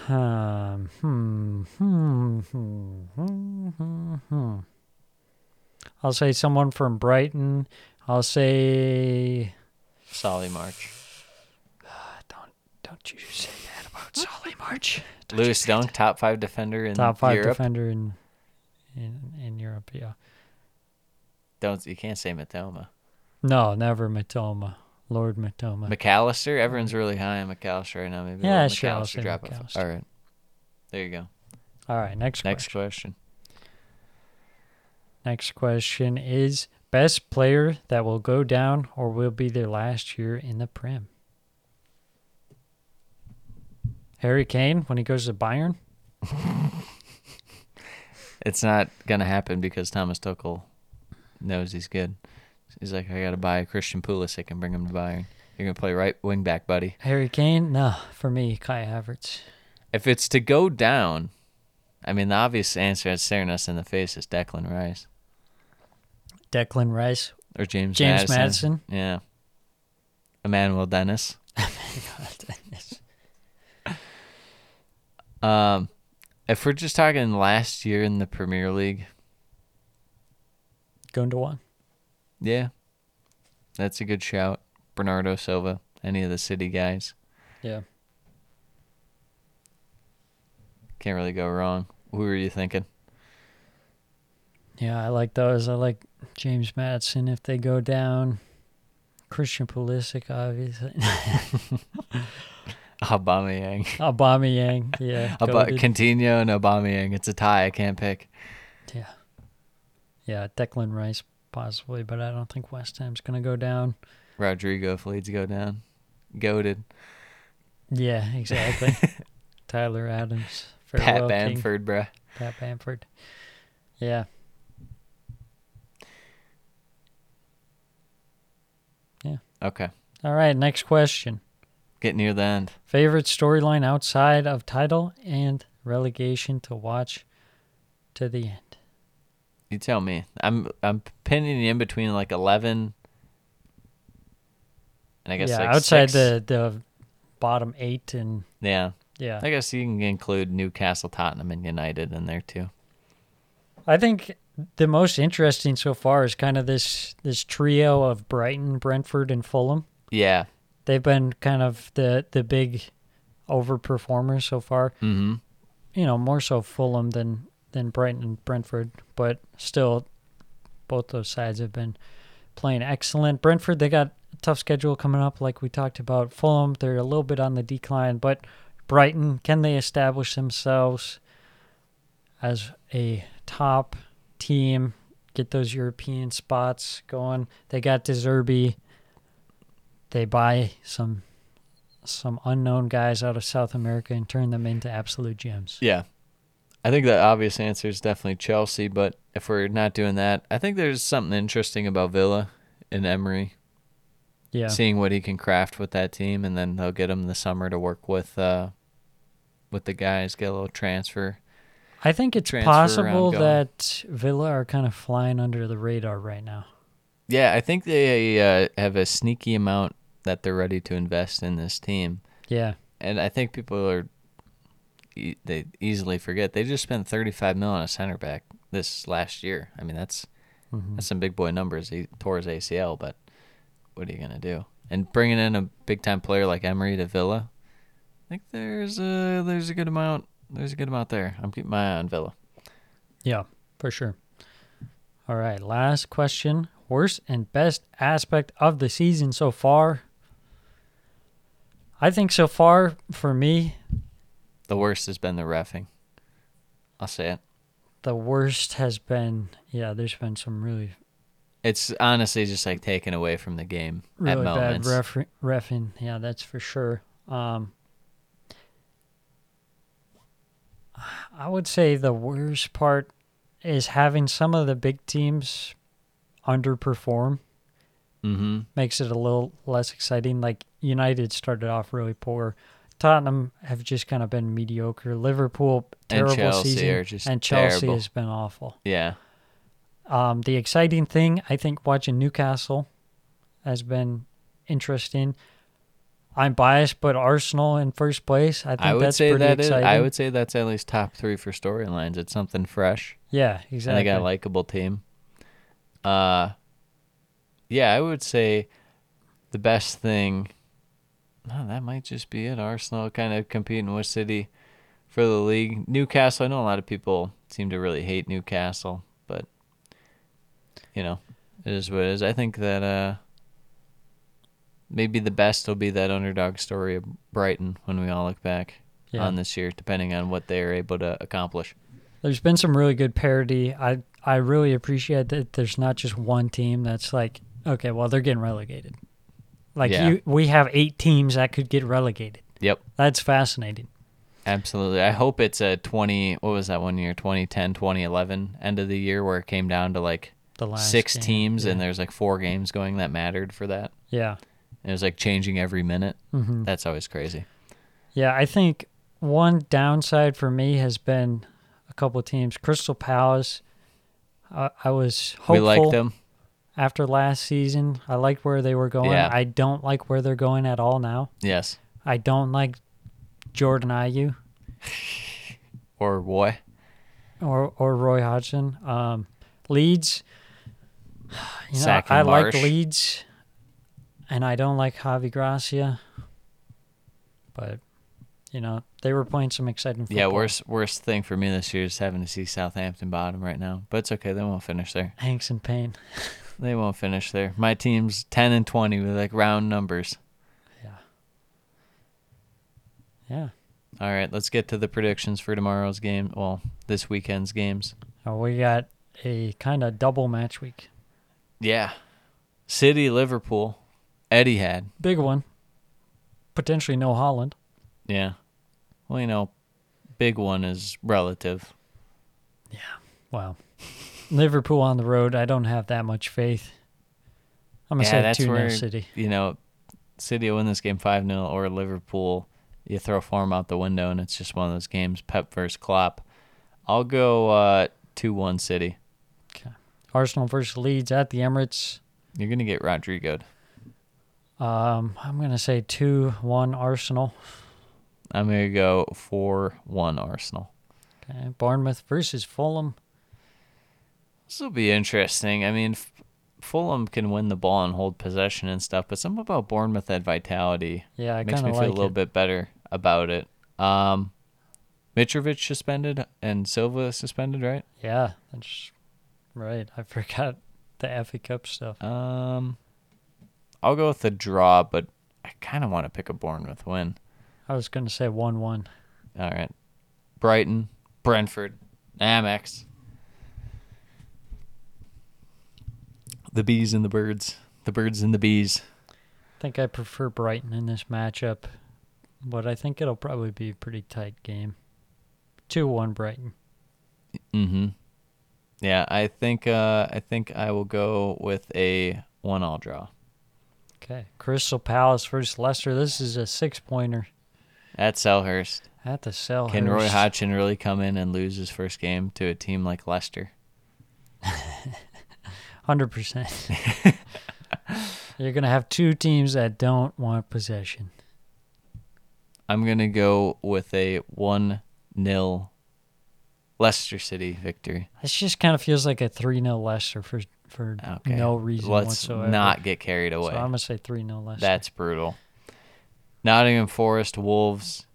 [SPEAKER 7] Um, hmm, hmm, hmm, hmm, hmm, hmm. I'll say someone from Brighton. I'll say.
[SPEAKER 6] Solly March.
[SPEAKER 7] Don't don't you say that about Solly March. Don't you
[SPEAKER 6] Lewis Dunk, top five defender in
[SPEAKER 7] top five
[SPEAKER 6] Europe.
[SPEAKER 7] defender in, in in Europe. Yeah.
[SPEAKER 6] Don't you can't say Matoma.
[SPEAKER 7] No, never Matoma. Lord Matoma.
[SPEAKER 6] McAllister. Everyone's really high on McAllister right now. Maybe
[SPEAKER 7] Yeah,
[SPEAKER 6] let
[SPEAKER 7] sure, I'll
[SPEAKER 6] McAllister
[SPEAKER 7] say
[SPEAKER 6] drop it.
[SPEAKER 7] McAllister.
[SPEAKER 6] All right. There you go.
[SPEAKER 7] All right. Next
[SPEAKER 6] Next question.
[SPEAKER 7] question. Next question is best player that will go down or will be their last year in the Prem. Harry Kane when he goes to Bayern.
[SPEAKER 6] It's not gonna happen because Thomas Tuchel knows he's good. He's like, I gotta buy Christian Pulisic and bring him to Bayern. You're gonna play right wing back, buddy.
[SPEAKER 7] Harry Kane, no, for me, Kai Havertz.
[SPEAKER 6] If it's to go down, I mean, the obvious answer that's staring us in the face is Declan Rice
[SPEAKER 7] Declan Rice.
[SPEAKER 6] or James
[SPEAKER 7] James Maddison.
[SPEAKER 6] Madison. Yeah. Emmanuel Dennis. Um, if we're just talking last year in the Premier League,
[SPEAKER 7] Going to one.
[SPEAKER 6] yeah, that's a good shout. Bernardo Silva, any of the City guys,
[SPEAKER 7] Yeah.
[SPEAKER 6] can't really go wrong. Who were you thinking?
[SPEAKER 7] Yeah, I like those. I like James Madison if they go down. Christian Pulisic, obviously.
[SPEAKER 6] Aubameyang,
[SPEAKER 7] Aubameyang, yeah.
[SPEAKER 6] Aba-
[SPEAKER 7] goated.
[SPEAKER 6] Coutinho, and Aubameyang. It's a tie. I can't pick.
[SPEAKER 7] yeah, yeah. Declan Rice possibly, but I don't think West Ham's gonna go down.
[SPEAKER 6] Rodrigo if Leeds go down, goaded.
[SPEAKER 7] Yeah, exactly. Tyler Adams,
[SPEAKER 6] Pat
[SPEAKER 7] farewell king.
[SPEAKER 6] Bamford, bruh.
[SPEAKER 7] Pat Bamford. Yeah.
[SPEAKER 6] Okay,
[SPEAKER 7] All right. Next question.
[SPEAKER 6] get near the end.
[SPEAKER 7] Favorite storyline outside of title and relegation to watch to the end.
[SPEAKER 6] You tell me. I'm I'm pinning in between like eleven, and I guess
[SPEAKER 7] yeah,
[SPEAKER 6] like
[SPEAKER 7] outside
[SPEAKER 6] six.
[SPEAKER 7] the the bottom eight and
[SPEAKER 6] yeah.
[SPEAKER 7] yeah.
[SPEAKER 6] I guess you can include Newcastle, Tottenham, and United in there too.
[SPEAKER 7] I think the most interesting so far is kind of this this trio of Brighton, Brentford, and Fulham.
[SPEAKER 6] Yeah,
[SPEAKER 7] They've been kind of the the big overperformers so far. Mm-hmm. You know, more so Fulham than than Brighton and Brentford, but still, both those sides have been playing excellent. Brentford, they got a tough schedule coming up, like we talked about. Fulham, they're a little bit on the decline, but Brighton, can they establish themselves as a top team? Get those European spots going. They got Deserby. They buy some some unknown guys out of South America and turn them into absolute gems.
[SPEAKER 6] yeah. I think the obvious answer is definitely Chelsea, but if we're not doing that, I think there's something interesting about Villa and Emery,
[SPEAKER 7] Yeah.
[SPEAKER 6] seeing what he can craft with that team, and then they'll get him the summer to work with, uh, with the guys, get a little transfer.
[SPEAKER 7] I think it's
[SPEAKER 6] transfer
[SPEAKER 7] possible
[SPEAKER 6] around going.
[SPEAKER 7] that Villa are kind of flying under the radar right now.
[SPEAKER 6] Yeah, I think they uh, have a sneaky amount that they're ready to invest in this team.
[SPEAKER 7] Yeah.
[SPEAKER 6] and I think people are e- they easily forget they just spent 35 mil on a center back this last year. I mean that's that's some big boy numbers. He tore his ACL, but what are you gonna do? And bringing in a big time player like Emery to Villa, I think there's a there's a good amount there's a good amount there. I'm keeping my eye on Villa.
[SPEAKER 7] Yeah, for sure. All right, last question. Worst and best aspect of the season so far. I think so far for me,
[SPEAKER 6] The worst has been the refing. I'll say it.
[SPEAKER 7] the worst has been yeah. There's been some really
[SPEAKER 6] It's honestly just like taken away from the game at
[SPEAKER 7] really bad
[SPEAKER 6] moments.
[SPEAKER 7] refer- refing. Yeah, that's for sure. Um, I would say the worst part is having some of the big teams underperform.
[SPEAKER 6] mm-hmm.
[SPEAKER 7] Makes it a little less exciting. Like United started off really poor. Tottenham have just kind of been mediocre. Liverpool
[SPEAKER 6] And
[SPEAKER 7] terrible
[SPEAKER 6] Chelsea
[SPEAKER 7] season,
[SPEAKER 6] are just
[SPEAKER 7] and Chelsea
[SPEAKER 6] terrible.
[SPEAKER 7] has been awful.
[SPEAKER 6] Yeah.
[SPEAKER 7] Um, the exciting thing, I think, watching Newcastle has been interesting. I'm biased, but Arsenal in first place. I think
[SPEAKER 6] I would
[SPEAKER 7] that's
[SPEAKER 6] say
[SPEAKER 7] pretty
[SPEAKER 6] that is.
[SPEAKER 7] exciting.
[SPEAKER 6] I would say that's at least top three for storylines. It's something fresh.
[SPEAKER 7] Yeah,
[SPEAKER 6] and
[SPEAKER 7] exactly.
[SPEAKER 6] they got a likable team. Uh, yeah, I would say the best thing. No, that might just be it. Arsenal kind of competing with City for the league. Newcastle. I know a lot of people seem to really hate Newcastle, but you know, it is what it is. I think that uh, maybe the best will be that underdog story of Brighton when we all look back
[SPEAKER 7] Yeah.
[SPEAKER 6] on this year, depending on what they are able to accomplish.
[SPEAKER 7] There's been some really good parody. I I really appreciate that there's not just one team that's like, okay, well they're getting relegated. Like
[SPEAKER 6] Yeah.
[SPEAKER 7] you, we have eight teams that could get relegated.
[SPEAKER 6] Yep.
[SPEAKER 7] That's fascinating.
[SPEAKER 6] Absolutely. I hope it's a 20, what was that one year? 2010, 2011 end of the year where it came down to like
[SPEAKER 7] The last
[SPEAKER 6] six
[SPEAKER 7] game,
[SPEAKER 6] teams and
[SPEAKER 7] yeah.
[SPEAKER 6] there's like four games going that mattered for that.
[SPEAKER 7] Yeah.
[SPEAKER 6] And it was like changing every minute.
[SPEAKER 7] Mm-hmm.
[SPEAKER 6] That's always crazy.
[SPEAKER 7] Yeah, I think one downside for me has been a couple of teams. Crystal Palace, I, I was hopeful
[SPEAKER 6] We like them.
[SPEAKER 7] after last season. I liked where they were going.
[SPEAKER 6] Yeah.
[SPEAKER 7] I don't like where they're going at all now.
[SPEAKER 6] Yes.
[SPEAKER 7] I don't like Jordan Ayew
[SPEAKER 6] Or boy.
[SPEAKER 7] or or Roy Hodgson. Um, Leeds, you know,
[SPEAKER 6] Sack and
[SPEAKER 7] I like
[SPEAKER 6] Marsh.
[SPEAKER 7] Leeds, and I don't like Javi Gracia, but. You know, they were playing some exciting football.
[SPEAKER 6] Yeah, worst worst thing for me this year is having to see Southampton bottom right now. But it's okay. They won't finish there.
[SPEAKER 7] Hanks and Payne.
[SPEAKER 6] They won't finish there. My team's 10 and 20 with like round numbers.
[SPEAKER 7] Yeah.
[SPEAKER 6] All right, let's get to the predictions for tomorrow's game. Well, this weekend's games.
[SPEAKER 7] Uh, we got a kind of double match week.
[SPEAKER 6] Yeah. City, Liverpool, Eddie had.
[SPEAKER 7] Big one. Potentially no Holland.
[SPEAKER 6] Yeah. Well, you know, big one is relative.
[SPEAKER 7] Wow. Liverpool on the road. I don't have that much faith. I'm going
[SPEAKER 6] yeah,
[SPEAKER 7] to say 2 0 City.
[SPEAKER 6] you know, City will win this game 5 0 or Liverpool. You throw form out the window and it's just one of those games, Pep versus Klopp. I'll go uh, 2 1 City.
[SPEAKER 7] Arsenal versus Leeds at the Emirates.
[SPEAKER 6] You're going to get Rodrigo.
[SPEAKER 7] Um, I'm going to say 2 1 Arsenal.
[SPEAKER 6] I'm going to go 4 1 Arsenal.
[SPEAKER 7] Okay. Bournemouth versus Fulham.
[SPEAKER 6] This will be interesting. I mean, F- Fulham can win the ball and hold possession and stuff, but something about Bournemouth that vitality
[SPEAKER 7] Yeah, I
[SPEAKER 6] makes
[SPEAKER 7] kind
[SPEAKER 6] me
[SPEAKER 7] of
[SPEAKER 6] feel
[SPEAKER 7] like
[SPEAKER 6] a little
[SPEAKER 7] it.
[SPEAKER 6] bit better about it. Um, Mitrovic suspended and Silva suspended, right?
[SPEAKER 7] Yeah, that's right. I forgot the FA Cup stuff.
[SPEAKER 6] Um, I'll go with the draw, but I kind of want to pick a Bournemouth win.
[SPEAKER 7] I was going to say 1 1.
[SPEAKER 6] All right, Brighton, Brentford, Amex, the bees and the birds, the birds and the bees.
[SPEAKER 7] think I prefer Brighton in this matchup, but I think it'll probably be a pretty tight game. 2 1 Brighton.
[SPEAKER 6] Mm-hmm. Yeah, I think uh, I think I will go with a one all draw.
[SPEAKER 7] Okay. Crystal Palace versus Leicester. This is a six pointer
[SPEAKER 6] At Selhurst.
[SPEAKER 7] at the cell.
[SPEAKER 6] Can Roy Hodgson really come in and lose his first game to a team like Leicester?
[SPEAKER 7] 100%. You're going to have two teams that don't want possession.
[SPEAKER 6] I'm gonna go with a one 0 Leicester City victory.
[SPEAKER 7] This just kind of feels like a 3 0 Leicester for, for
[SPEAKER 6] Okay.
[SPEAKER 7] no reason
[SPEAKER 6] Let's
[SPEAKER 7] whatsoever.
[SPEAKER 6] not get carried
[SPEAKER 7] so
[SPEAKER 6] away.
[SPEAKER 7] I'm going to say 3 0 Leicester.
[SPEAKER 6] That's brutal. Nottingham Forest Wolves.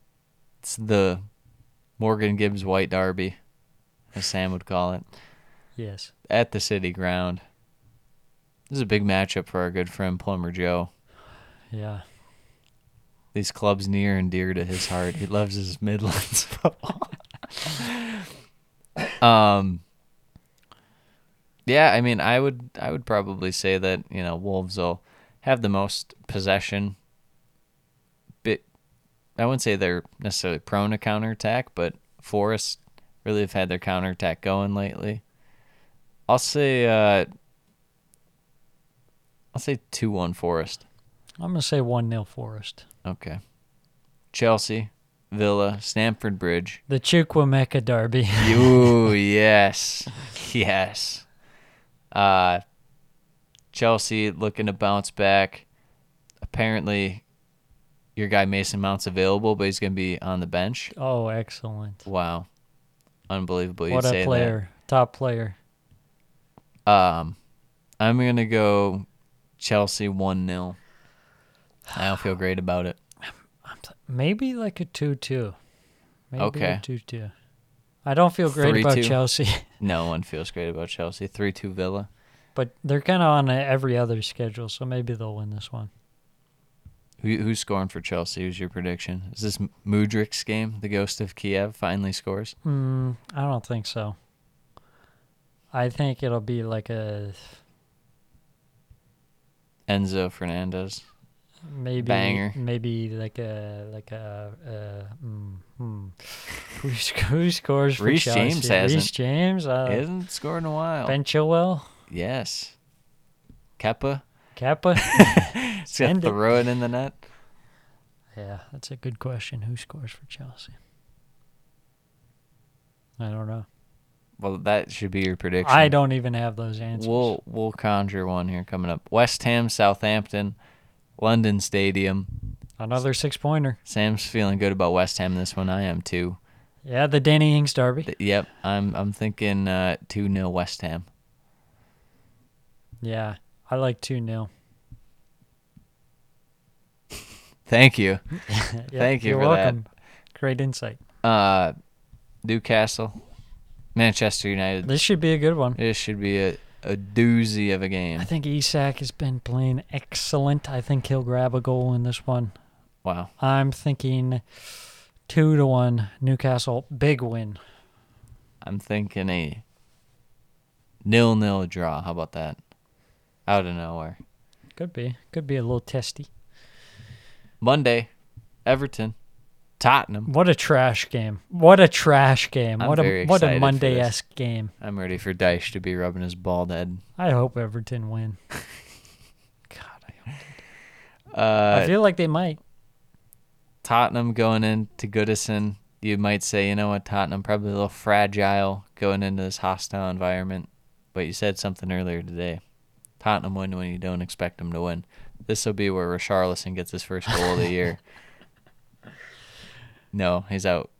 [SPEAKER 6] It's the Morgan Gibbs White Derby, as Sam would call it.
[SPEAKER 7] yes.
[SPEAKER 6] at the city ground. This is a big matchup for our good friend Plumber Joe.
[SPEAKER 7] Yeah.
[SPEAKER 6] These clubs near and dear to his heart. He loves his Midlands football. um. Yeah, I mean, I would, I would probably say that you know Wolves will have the most possession. Bit, I wouldn't say they're necessarily prone to counterattack, but Forest really have had their counterattack going lately. I'll say, uh, I'll say two one Forest.
[SPEAKER 7] I'm going to say 1 0 Forest.
[SPEAKER 6] Okay. Chelsea, Villa, Stamford Bridge.
[SPEAKER 7] The Chukwameka Derby.
[SPEAKER 6] Ooh, yes. Yes. Uh Chelsea looking to bounce back. Apparently your guy Mason Mount's available, but he's gonna be on the bench.
[SPEAKER 7] oh, excellent.
[SPEAKER 6] Wow. Unbelievable you'd
[SPEAKER 7] What
[SPEAKER 6] say
[SPEAKER 7] a
[SPEAKER 6] that.
[SPEAKER 7] player. Top player.
[SPEAKER 6] Um I'm gonna go Chelsea one 0 I don't feel great about it.
[SPEAKER 7] Maybe like a 2 2. Maybe
[SPEAKER 6] Okay.
[SPEAKER 7] a 2 2. I don't feel great about
[SPEAKER 6] 3-2.
[SPEAKER 7] Chelsea,
[SPEAKER 6] No one feels great about Chelsea. Three two Villa.
[SPEAKER 7] but they're kind of on a- every other schedule, so maybe they'll win this one.
[SPEAKER 6] Who, who's scoring for Chelsea? Who's your prediction? Is this M- Mudrik's game? The ghost of Kiev finally scores.
[SPEAKER 7] Mm, I don't think so. I think it'll be like a
[SPEAKER 6] Enzo Fernandez.
[SPEAKER 7] maybe
[SPEAKER 6] Banger.
[SPEAKER 7] maybe like a like a uh, mm, hmm. who, sc- who scores for
[SPEAKER 6] Reece
[SPEAKER 7] Chelsea?
[SPEAKER 6] James hasn't.
[SPEAKER 7] Reece James, uh,
[SPEAKER 6] He hasn't scored in a while.
[SPEAKER 7] Ben Chilwell,
[SPEAKER 6] Yes. Keppa.
[SPEAKER 7] Kappa.
[SPEAKER 6] He's gonna
[SPEAKER 7] Send it.
[SPEAKER 6] throw it in the net.
[SPEAKER 7] yeah, that's a good question. Who scores for Chelsea? I don't know.
[SPEAKER 6] Well, that should be your prediction.
[SPEAKER 7] I don't even have those answers.
[SPEAKER 6] We'll we'll conjure one here coming up. West Ham, Southampton, London Stadium.
[SPEAKER 7] Another six pointer.
[SPEAKER 6] Sam's feeling good about West Ham this one. I am too.
[SPEAKER 7] Yeah, the Danny Ings derby.
[SPEAKER 6] Th- Yep, I'm I'm thinking uh, two 0 West Ham.
[SPEAKER 7] yeah, I like two 0
[SPEAKER 6] Thank you. Thank you
[SPEAKER 7] You're
[SPEAKER 6] for that.
[SPEAKER 7] welcome. Great insight.
[SPEAKER 6] uh, Newcastle, Manchester United.
[SPEAKER 7] This should be a good one.
[SPEAKER 6] This should be a, a doozy of a game.
[SPEAKER 7] I think Isak has been playing excellent. I think he'll grab a goal in this one.
[SPEAKER 6] Wow.
[SPEAKER 7] I'm thinking two to one Newcastle big win.
[SPEAKER 6] I'm thinking a nil nil draw. How about that? Out of nowhere.
[SPEAKER 7] Could be, could be a little testy.
[SPEAKER 6] Monday, Everton, Tottenham.
[SPEAKER 7] What a trash game! What a trash game!
[SPEAKER 6] I'm
[SPEAKER 7] what a
[SPEAKER 6] very
[SPEAKER 7] what
[SPEAKER 6] excited
[SPEAKER 7] a
[SPEAKER 6] for
[SPEAKER 7] Monday esque game.
[SPEAKER 6] I'm ready for Dyche to be rubbing his bald head.
[SPEAKER 7] I hope Everton win. I
[SPEAKER 6] Uh,
[SPEAKER 7] feel like they might.
[SPEAKER 6] Tottenham going into Goodison. You might say, you know what, Tottenham probably a little fragile going into this hostile environment. But you said something earlier today. Tottenham win when you don't expect them to win. This will be where Richarlison gets his first goal of the year. No, he's out,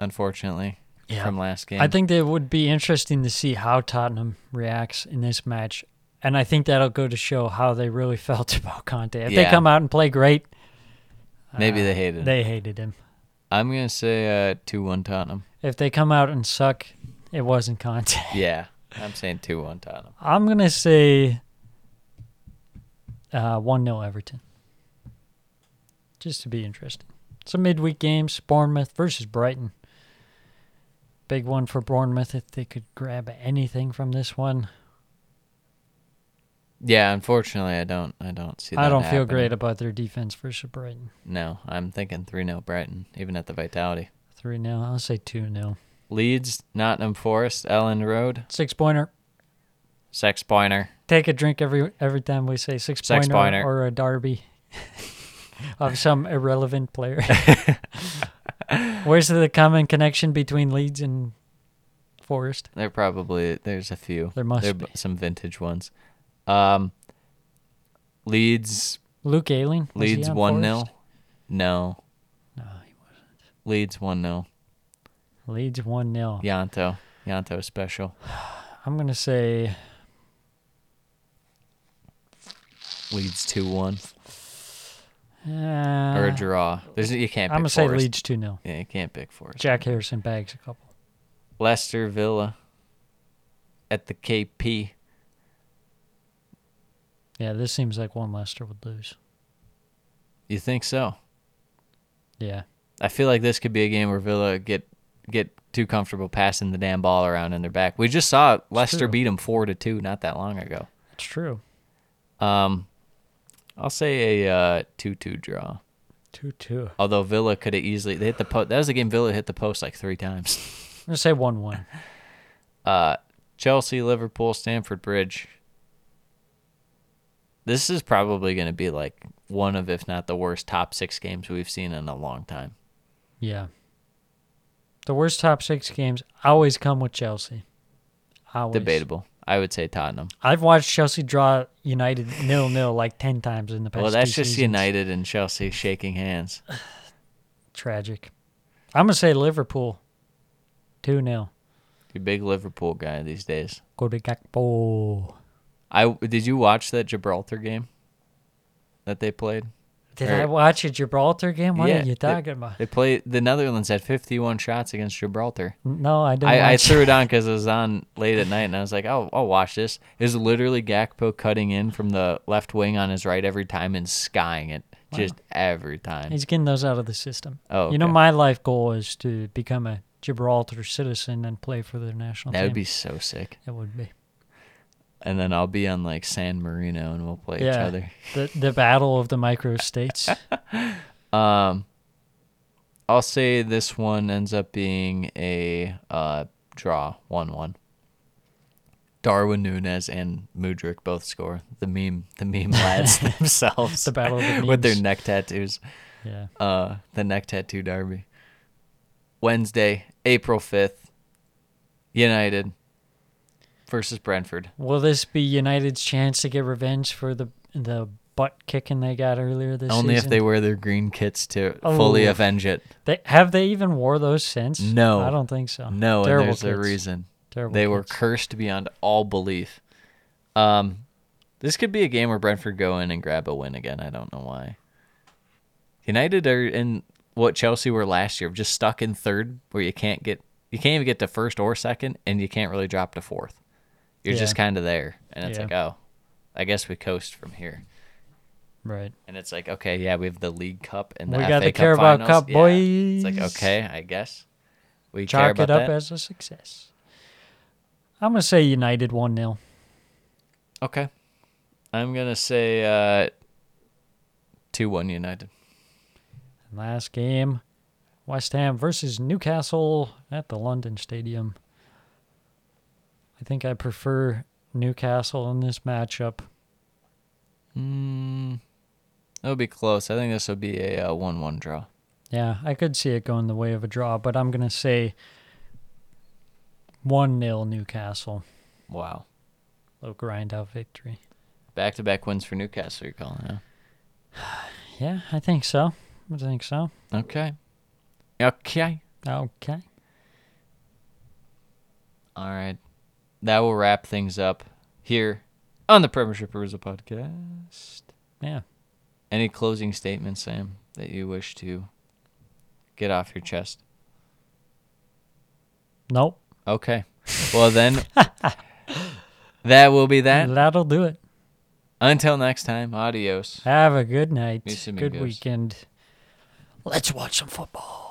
[SPEAKER 6] unfortunately,
[SPEAKER 7] Yeah.
[SPEAKER 6] from last game.
[SPEAKER 7] I think that it would be interesting to see how Tottenham reacts in this match, and I think that'll go to show how they really felt about Conte. If
[SPEAKER 6] Yeah.
[SPEAKER 7] they come out and play great,
[SPEAKER 6] maybe they hated him.
[SPEAKER 7] they hated him.
[SPEAKER 6] I'm gonna say uh, two one Tottenham.
[SPEAKER 7] If they come out and suck, it wasn't Conte.
[SPEAKER 6] Yeah, I'm saying two one Tottenham.
[SPEAKER 7] I'm gonna say uh, one 0 Everton, just to be interesting. Some midweek games: Bournemouth versus Brighton. Big one for Bournemouth if they could grab anything from this one.
[SPEAKER 6] Yeah, unfortunately, I don't. I don't see. That
[SPEAKER 7] I don't feel
[SPEAKER 6] happening.
[SPEAKER 7] great about their defense versus Brighton.
[SPEAKER 6] No, I'm thinking 3 0 Brighton, even at the Vitality.
[SPEAKER 7] 3 0. I'll say 2 0.
[SPEAKER 6] Leeds, Nottingham Forest, Ellen Road,
[SPEAKER 7] Six pointer.
[SPEAKER 6] Sex Pointer.
[SPEAKER 7] Take a drink every every time we say six,
[SPEAKER 6] Six pointer.
[SPEAKER 7] or a derby of some irrelevant player. Where's the common connection between Leeds and Forest?
[SPEAKER 6] There probably, there's a few.
[SPEAKER 7] There must
[SPEAKER 6] there
[SPEAKER 7] be.
[SPEAKER 6] some vintage ones. Um, Leeds,
[SPEAKER 7] Luke Ayling. was he
[SPEAKER 6] Leeds
[SPEAKER 7] on
[SPEAKER 6] 1 0.
[SPEAKER 7] Forest?
[SPEAKER 6] No.
[SPEAKER 7] No, he wasn't.
[SPEAKER 6] Leeds 1 0.
[SPEAKER 7] Leeds 1 0.
[SPEAKER 6] Yanto. Yanto is special.
[SPEAKER 7] I'm going to say
[SPEAKER 6] Leeds 2 1.
[SPEAKER 7] uh,
[SPEAKER 6] Or a draw. There's, you can't pick
[SPEAKER 7] I'm going to say
[SPEAKER 6] Forest.
[SPEAKER 7] Leeds 2 0.
[SPEAKER 6] Yeah, you can't pick Forest.
[SPEAKER 7] Jack Harrison bags a couple.
[SPEAKER 6] Leicester Villa at the KP.
[SPEAKER 7] Yeah, this seems like one Leicester would lose.
[SPEAKER 6] You think so?
[SPEAKER 7] Yeah.
[SPEAKER 6] I feel like this could be a game where Villa get get too comfortable passing the damn ball around in their back. We just saw Leicester
[SPEAKER 7] true.
[SPEAKER 6] beat them four to two not that long ago.
[SPEAKER 7] It's true.
[SPEAKER 6] I'll say a uh, two-two draw.
[SPEAKER 7] 2 2. I'm
[SPEAKER 6] Although Villa could have easily they hit the post. That was the game Villa hit the post like three times.
[SPEAKER 7] going to say 1 1.
[SPEAKER 6] Chelsea, Liverpool, Stamford Bridge. This is probably going to be like one of, if not the worst, top six games we've seen in a long time.
[SPEAKER 7] Yeah. The worst top six games always come with Chelsea. Always.
[SPEAKER 6] Debatable. I would say Tottenham.
[SPEAKER 7] I've watched Chelsea draw United nil nil like ten times in the past.
[SPEAKER 6] well, that's
[SPEAKER 7] two
[SPEAKER 6] just
[SPEAKER 7] seasons.
[SPEAKER 6] United and Chelsea shaking hands.
[SPEAKER 7] Tragic. I'm gonna say Liverpool, two 0
[SPEAKER 6] You're a big Liverpool guy these days.
[SPEAKER 7] Go to Gakpo.
[SPEAKER 6] I did you watch that Gibraltar game that they played?
[SPEAKER 7] Did
[SPEAKER 6] Or-
[SPEAKER 7] I watch a Gibraltar game? What
[SPEAKER 6] Yeah,
[SPEAKER 7] are you
[SPEAKER 6] it-
[SPEAKER 7] talking about?
[SPEAKER 6] They played the Netherlands had 51 shots against Gibraltar.
[SPEAKER 7] no, I didn't.
[SPEAKER 6] I, I
[SPEAKER 7] watch.
[SPEAKER 6] threw it on because it was on late at night, and I was like, "I'll, I'll watch this." It was literally Gakpo cutting in from the left wing on his right every time and skying it just every time.
[SPEAKER 7] He's getting those out of the system.
[SPEAKER 6] Oh,
[SPEAKER 7] you know
[SPEAKER 6] okay.
[SPEAKER 7] my life goal is to become a Gibraltar citizen and play for their national
[SPEAKER 6] that
[SPEAKER 7] team.
[SPEAKER 6] would be so sick.
[SPEAKER 7] It would be.
[SPEAKER 6] And then I'll be on like San Marino, and we'll play each
[SPEAKER 7] Yeah.
[SPEAKER 6] other.
[SPEAKER 7] The the battle of the micro states.
[SPEAKER 6] I'll say this one ends up being a uh, draw, one-one. Darwin Nunez and Mudrik both score. The meme, the meme lads themselves
[SPEAKER 7] The battle of the
[SPEAKER 6] with their
[SPEAKER 7] memes.
[SPEAKER 6] neck tattoos.
[SPEAKER 7] yeah.
[SPEAKER 6] uh, the neck tattoo derby. Wednesday, April 5th, United versus Brentford.
[SPEAKER 7] Will this be United's chance to get revenge for the the butt kicking they got earlier this
[SPEAKER 6] Only if
[SPEAKER 7] season?
[SPEAKER 6] they wear their green kits to fully
[SPEAKER 7] Oh.
[SPEAKER 6] avenge it.
[SPEAKER 7] They- have they even wore those since?
[SPEAKER 6] No.
[SPEAKER 7] I don't think so.
[SPEAKER 6] No,
[SPEAKER 7] Terrible
[SPEAKER 6] and there's a
[SPEAKER 7] kids.
[SPEAKER 6] reason.
[SPEAKER 7] Terrible
[SPEAKER 6] they were
[SPEAKER 7] kids.
[SPEAKER 6] cursed beyond all belief. Um, this could be a game where Brentford go in and grab a win again. I don't know why. United are in what Chelsea were last year, just stuck in third, where you can't get, you can't even get to first or second, and you can't really drop to fourth. You're
[SPEAKER 7] Yeah.
[SPEAKER 6] just kind of there, and it's
[SPEAKER 7] Yeah.
[SPEAKER 6] like, oh, I guess we coast from here.
[SPEAKER 7] Right.
[SPEAKER 6] And it's like, okay, yeah, we have the League Cup and the
[SPEAKER 7] We
[SPEAKER 6] FA
[SPEAKER 7] got the
[SPEAKER 6] Cup
[SPEAKER 7] Carabao
[SPEAKER 6] finals.
[SPEAKER 7] Cup,
[SPEAKER 6] Yeah. It's like,
[SPEAKER 7] boys.
[SPEAKER 6] okay, I guess we care
[SPEAKER 7] Chalk
[SPEAKER 6] about
[SPEAKER 7] it up
[SPEAKER 6] that.
[SPEAKER 7] as a success. I'm gonna say United one 0
[SPEAKER 6] Okay. I'm going to say uh, 2 1 United.
[SPEAKER 7] Last game, West Ham versus Newcastle at the London Stadium. I think I prefer Newcastle in this matchup.
[SPEAKER 6] It'll be close. I think this will be a 1 1 draw.
[SPEAKER 7] Yeah, I could see it going the way of a draw, but I'm gonna say one 0 Newcastle.
[SPEAKER 6] Wow.
[SPEAKER 7] Low grind out victory.
[SPEAKER 6] Back to back wins for Newcastle, you're calling it.
[SPEAKER 7] Yeah, I think so. I think so.
[SPEAKER 6] huh? Okay. Okay.
[SPEAKER 7] Okay.
[SPEAKER 6] All right. That will wrap things up here on the Premiership Perusal podcast.
[SPEAKER 7] Yeah.
[SPEAKER 6] Any closing statements, Sam, that you wish to get off your chest?
[SPEAKER 7] Nope.
[SPEAKER 6] Okay. Well, then, that will be that.
[SPEAKER 7] That'll do it.
[SPEAKER 6] Until next time, adios.
[SPEAKER 7] Have a good night.
[SPEAKER 6] Mis
[SPEAKER 7] Good
[SPEAKER 6] amigos.
[SPEAKER 7] weekend. Let's watch some football.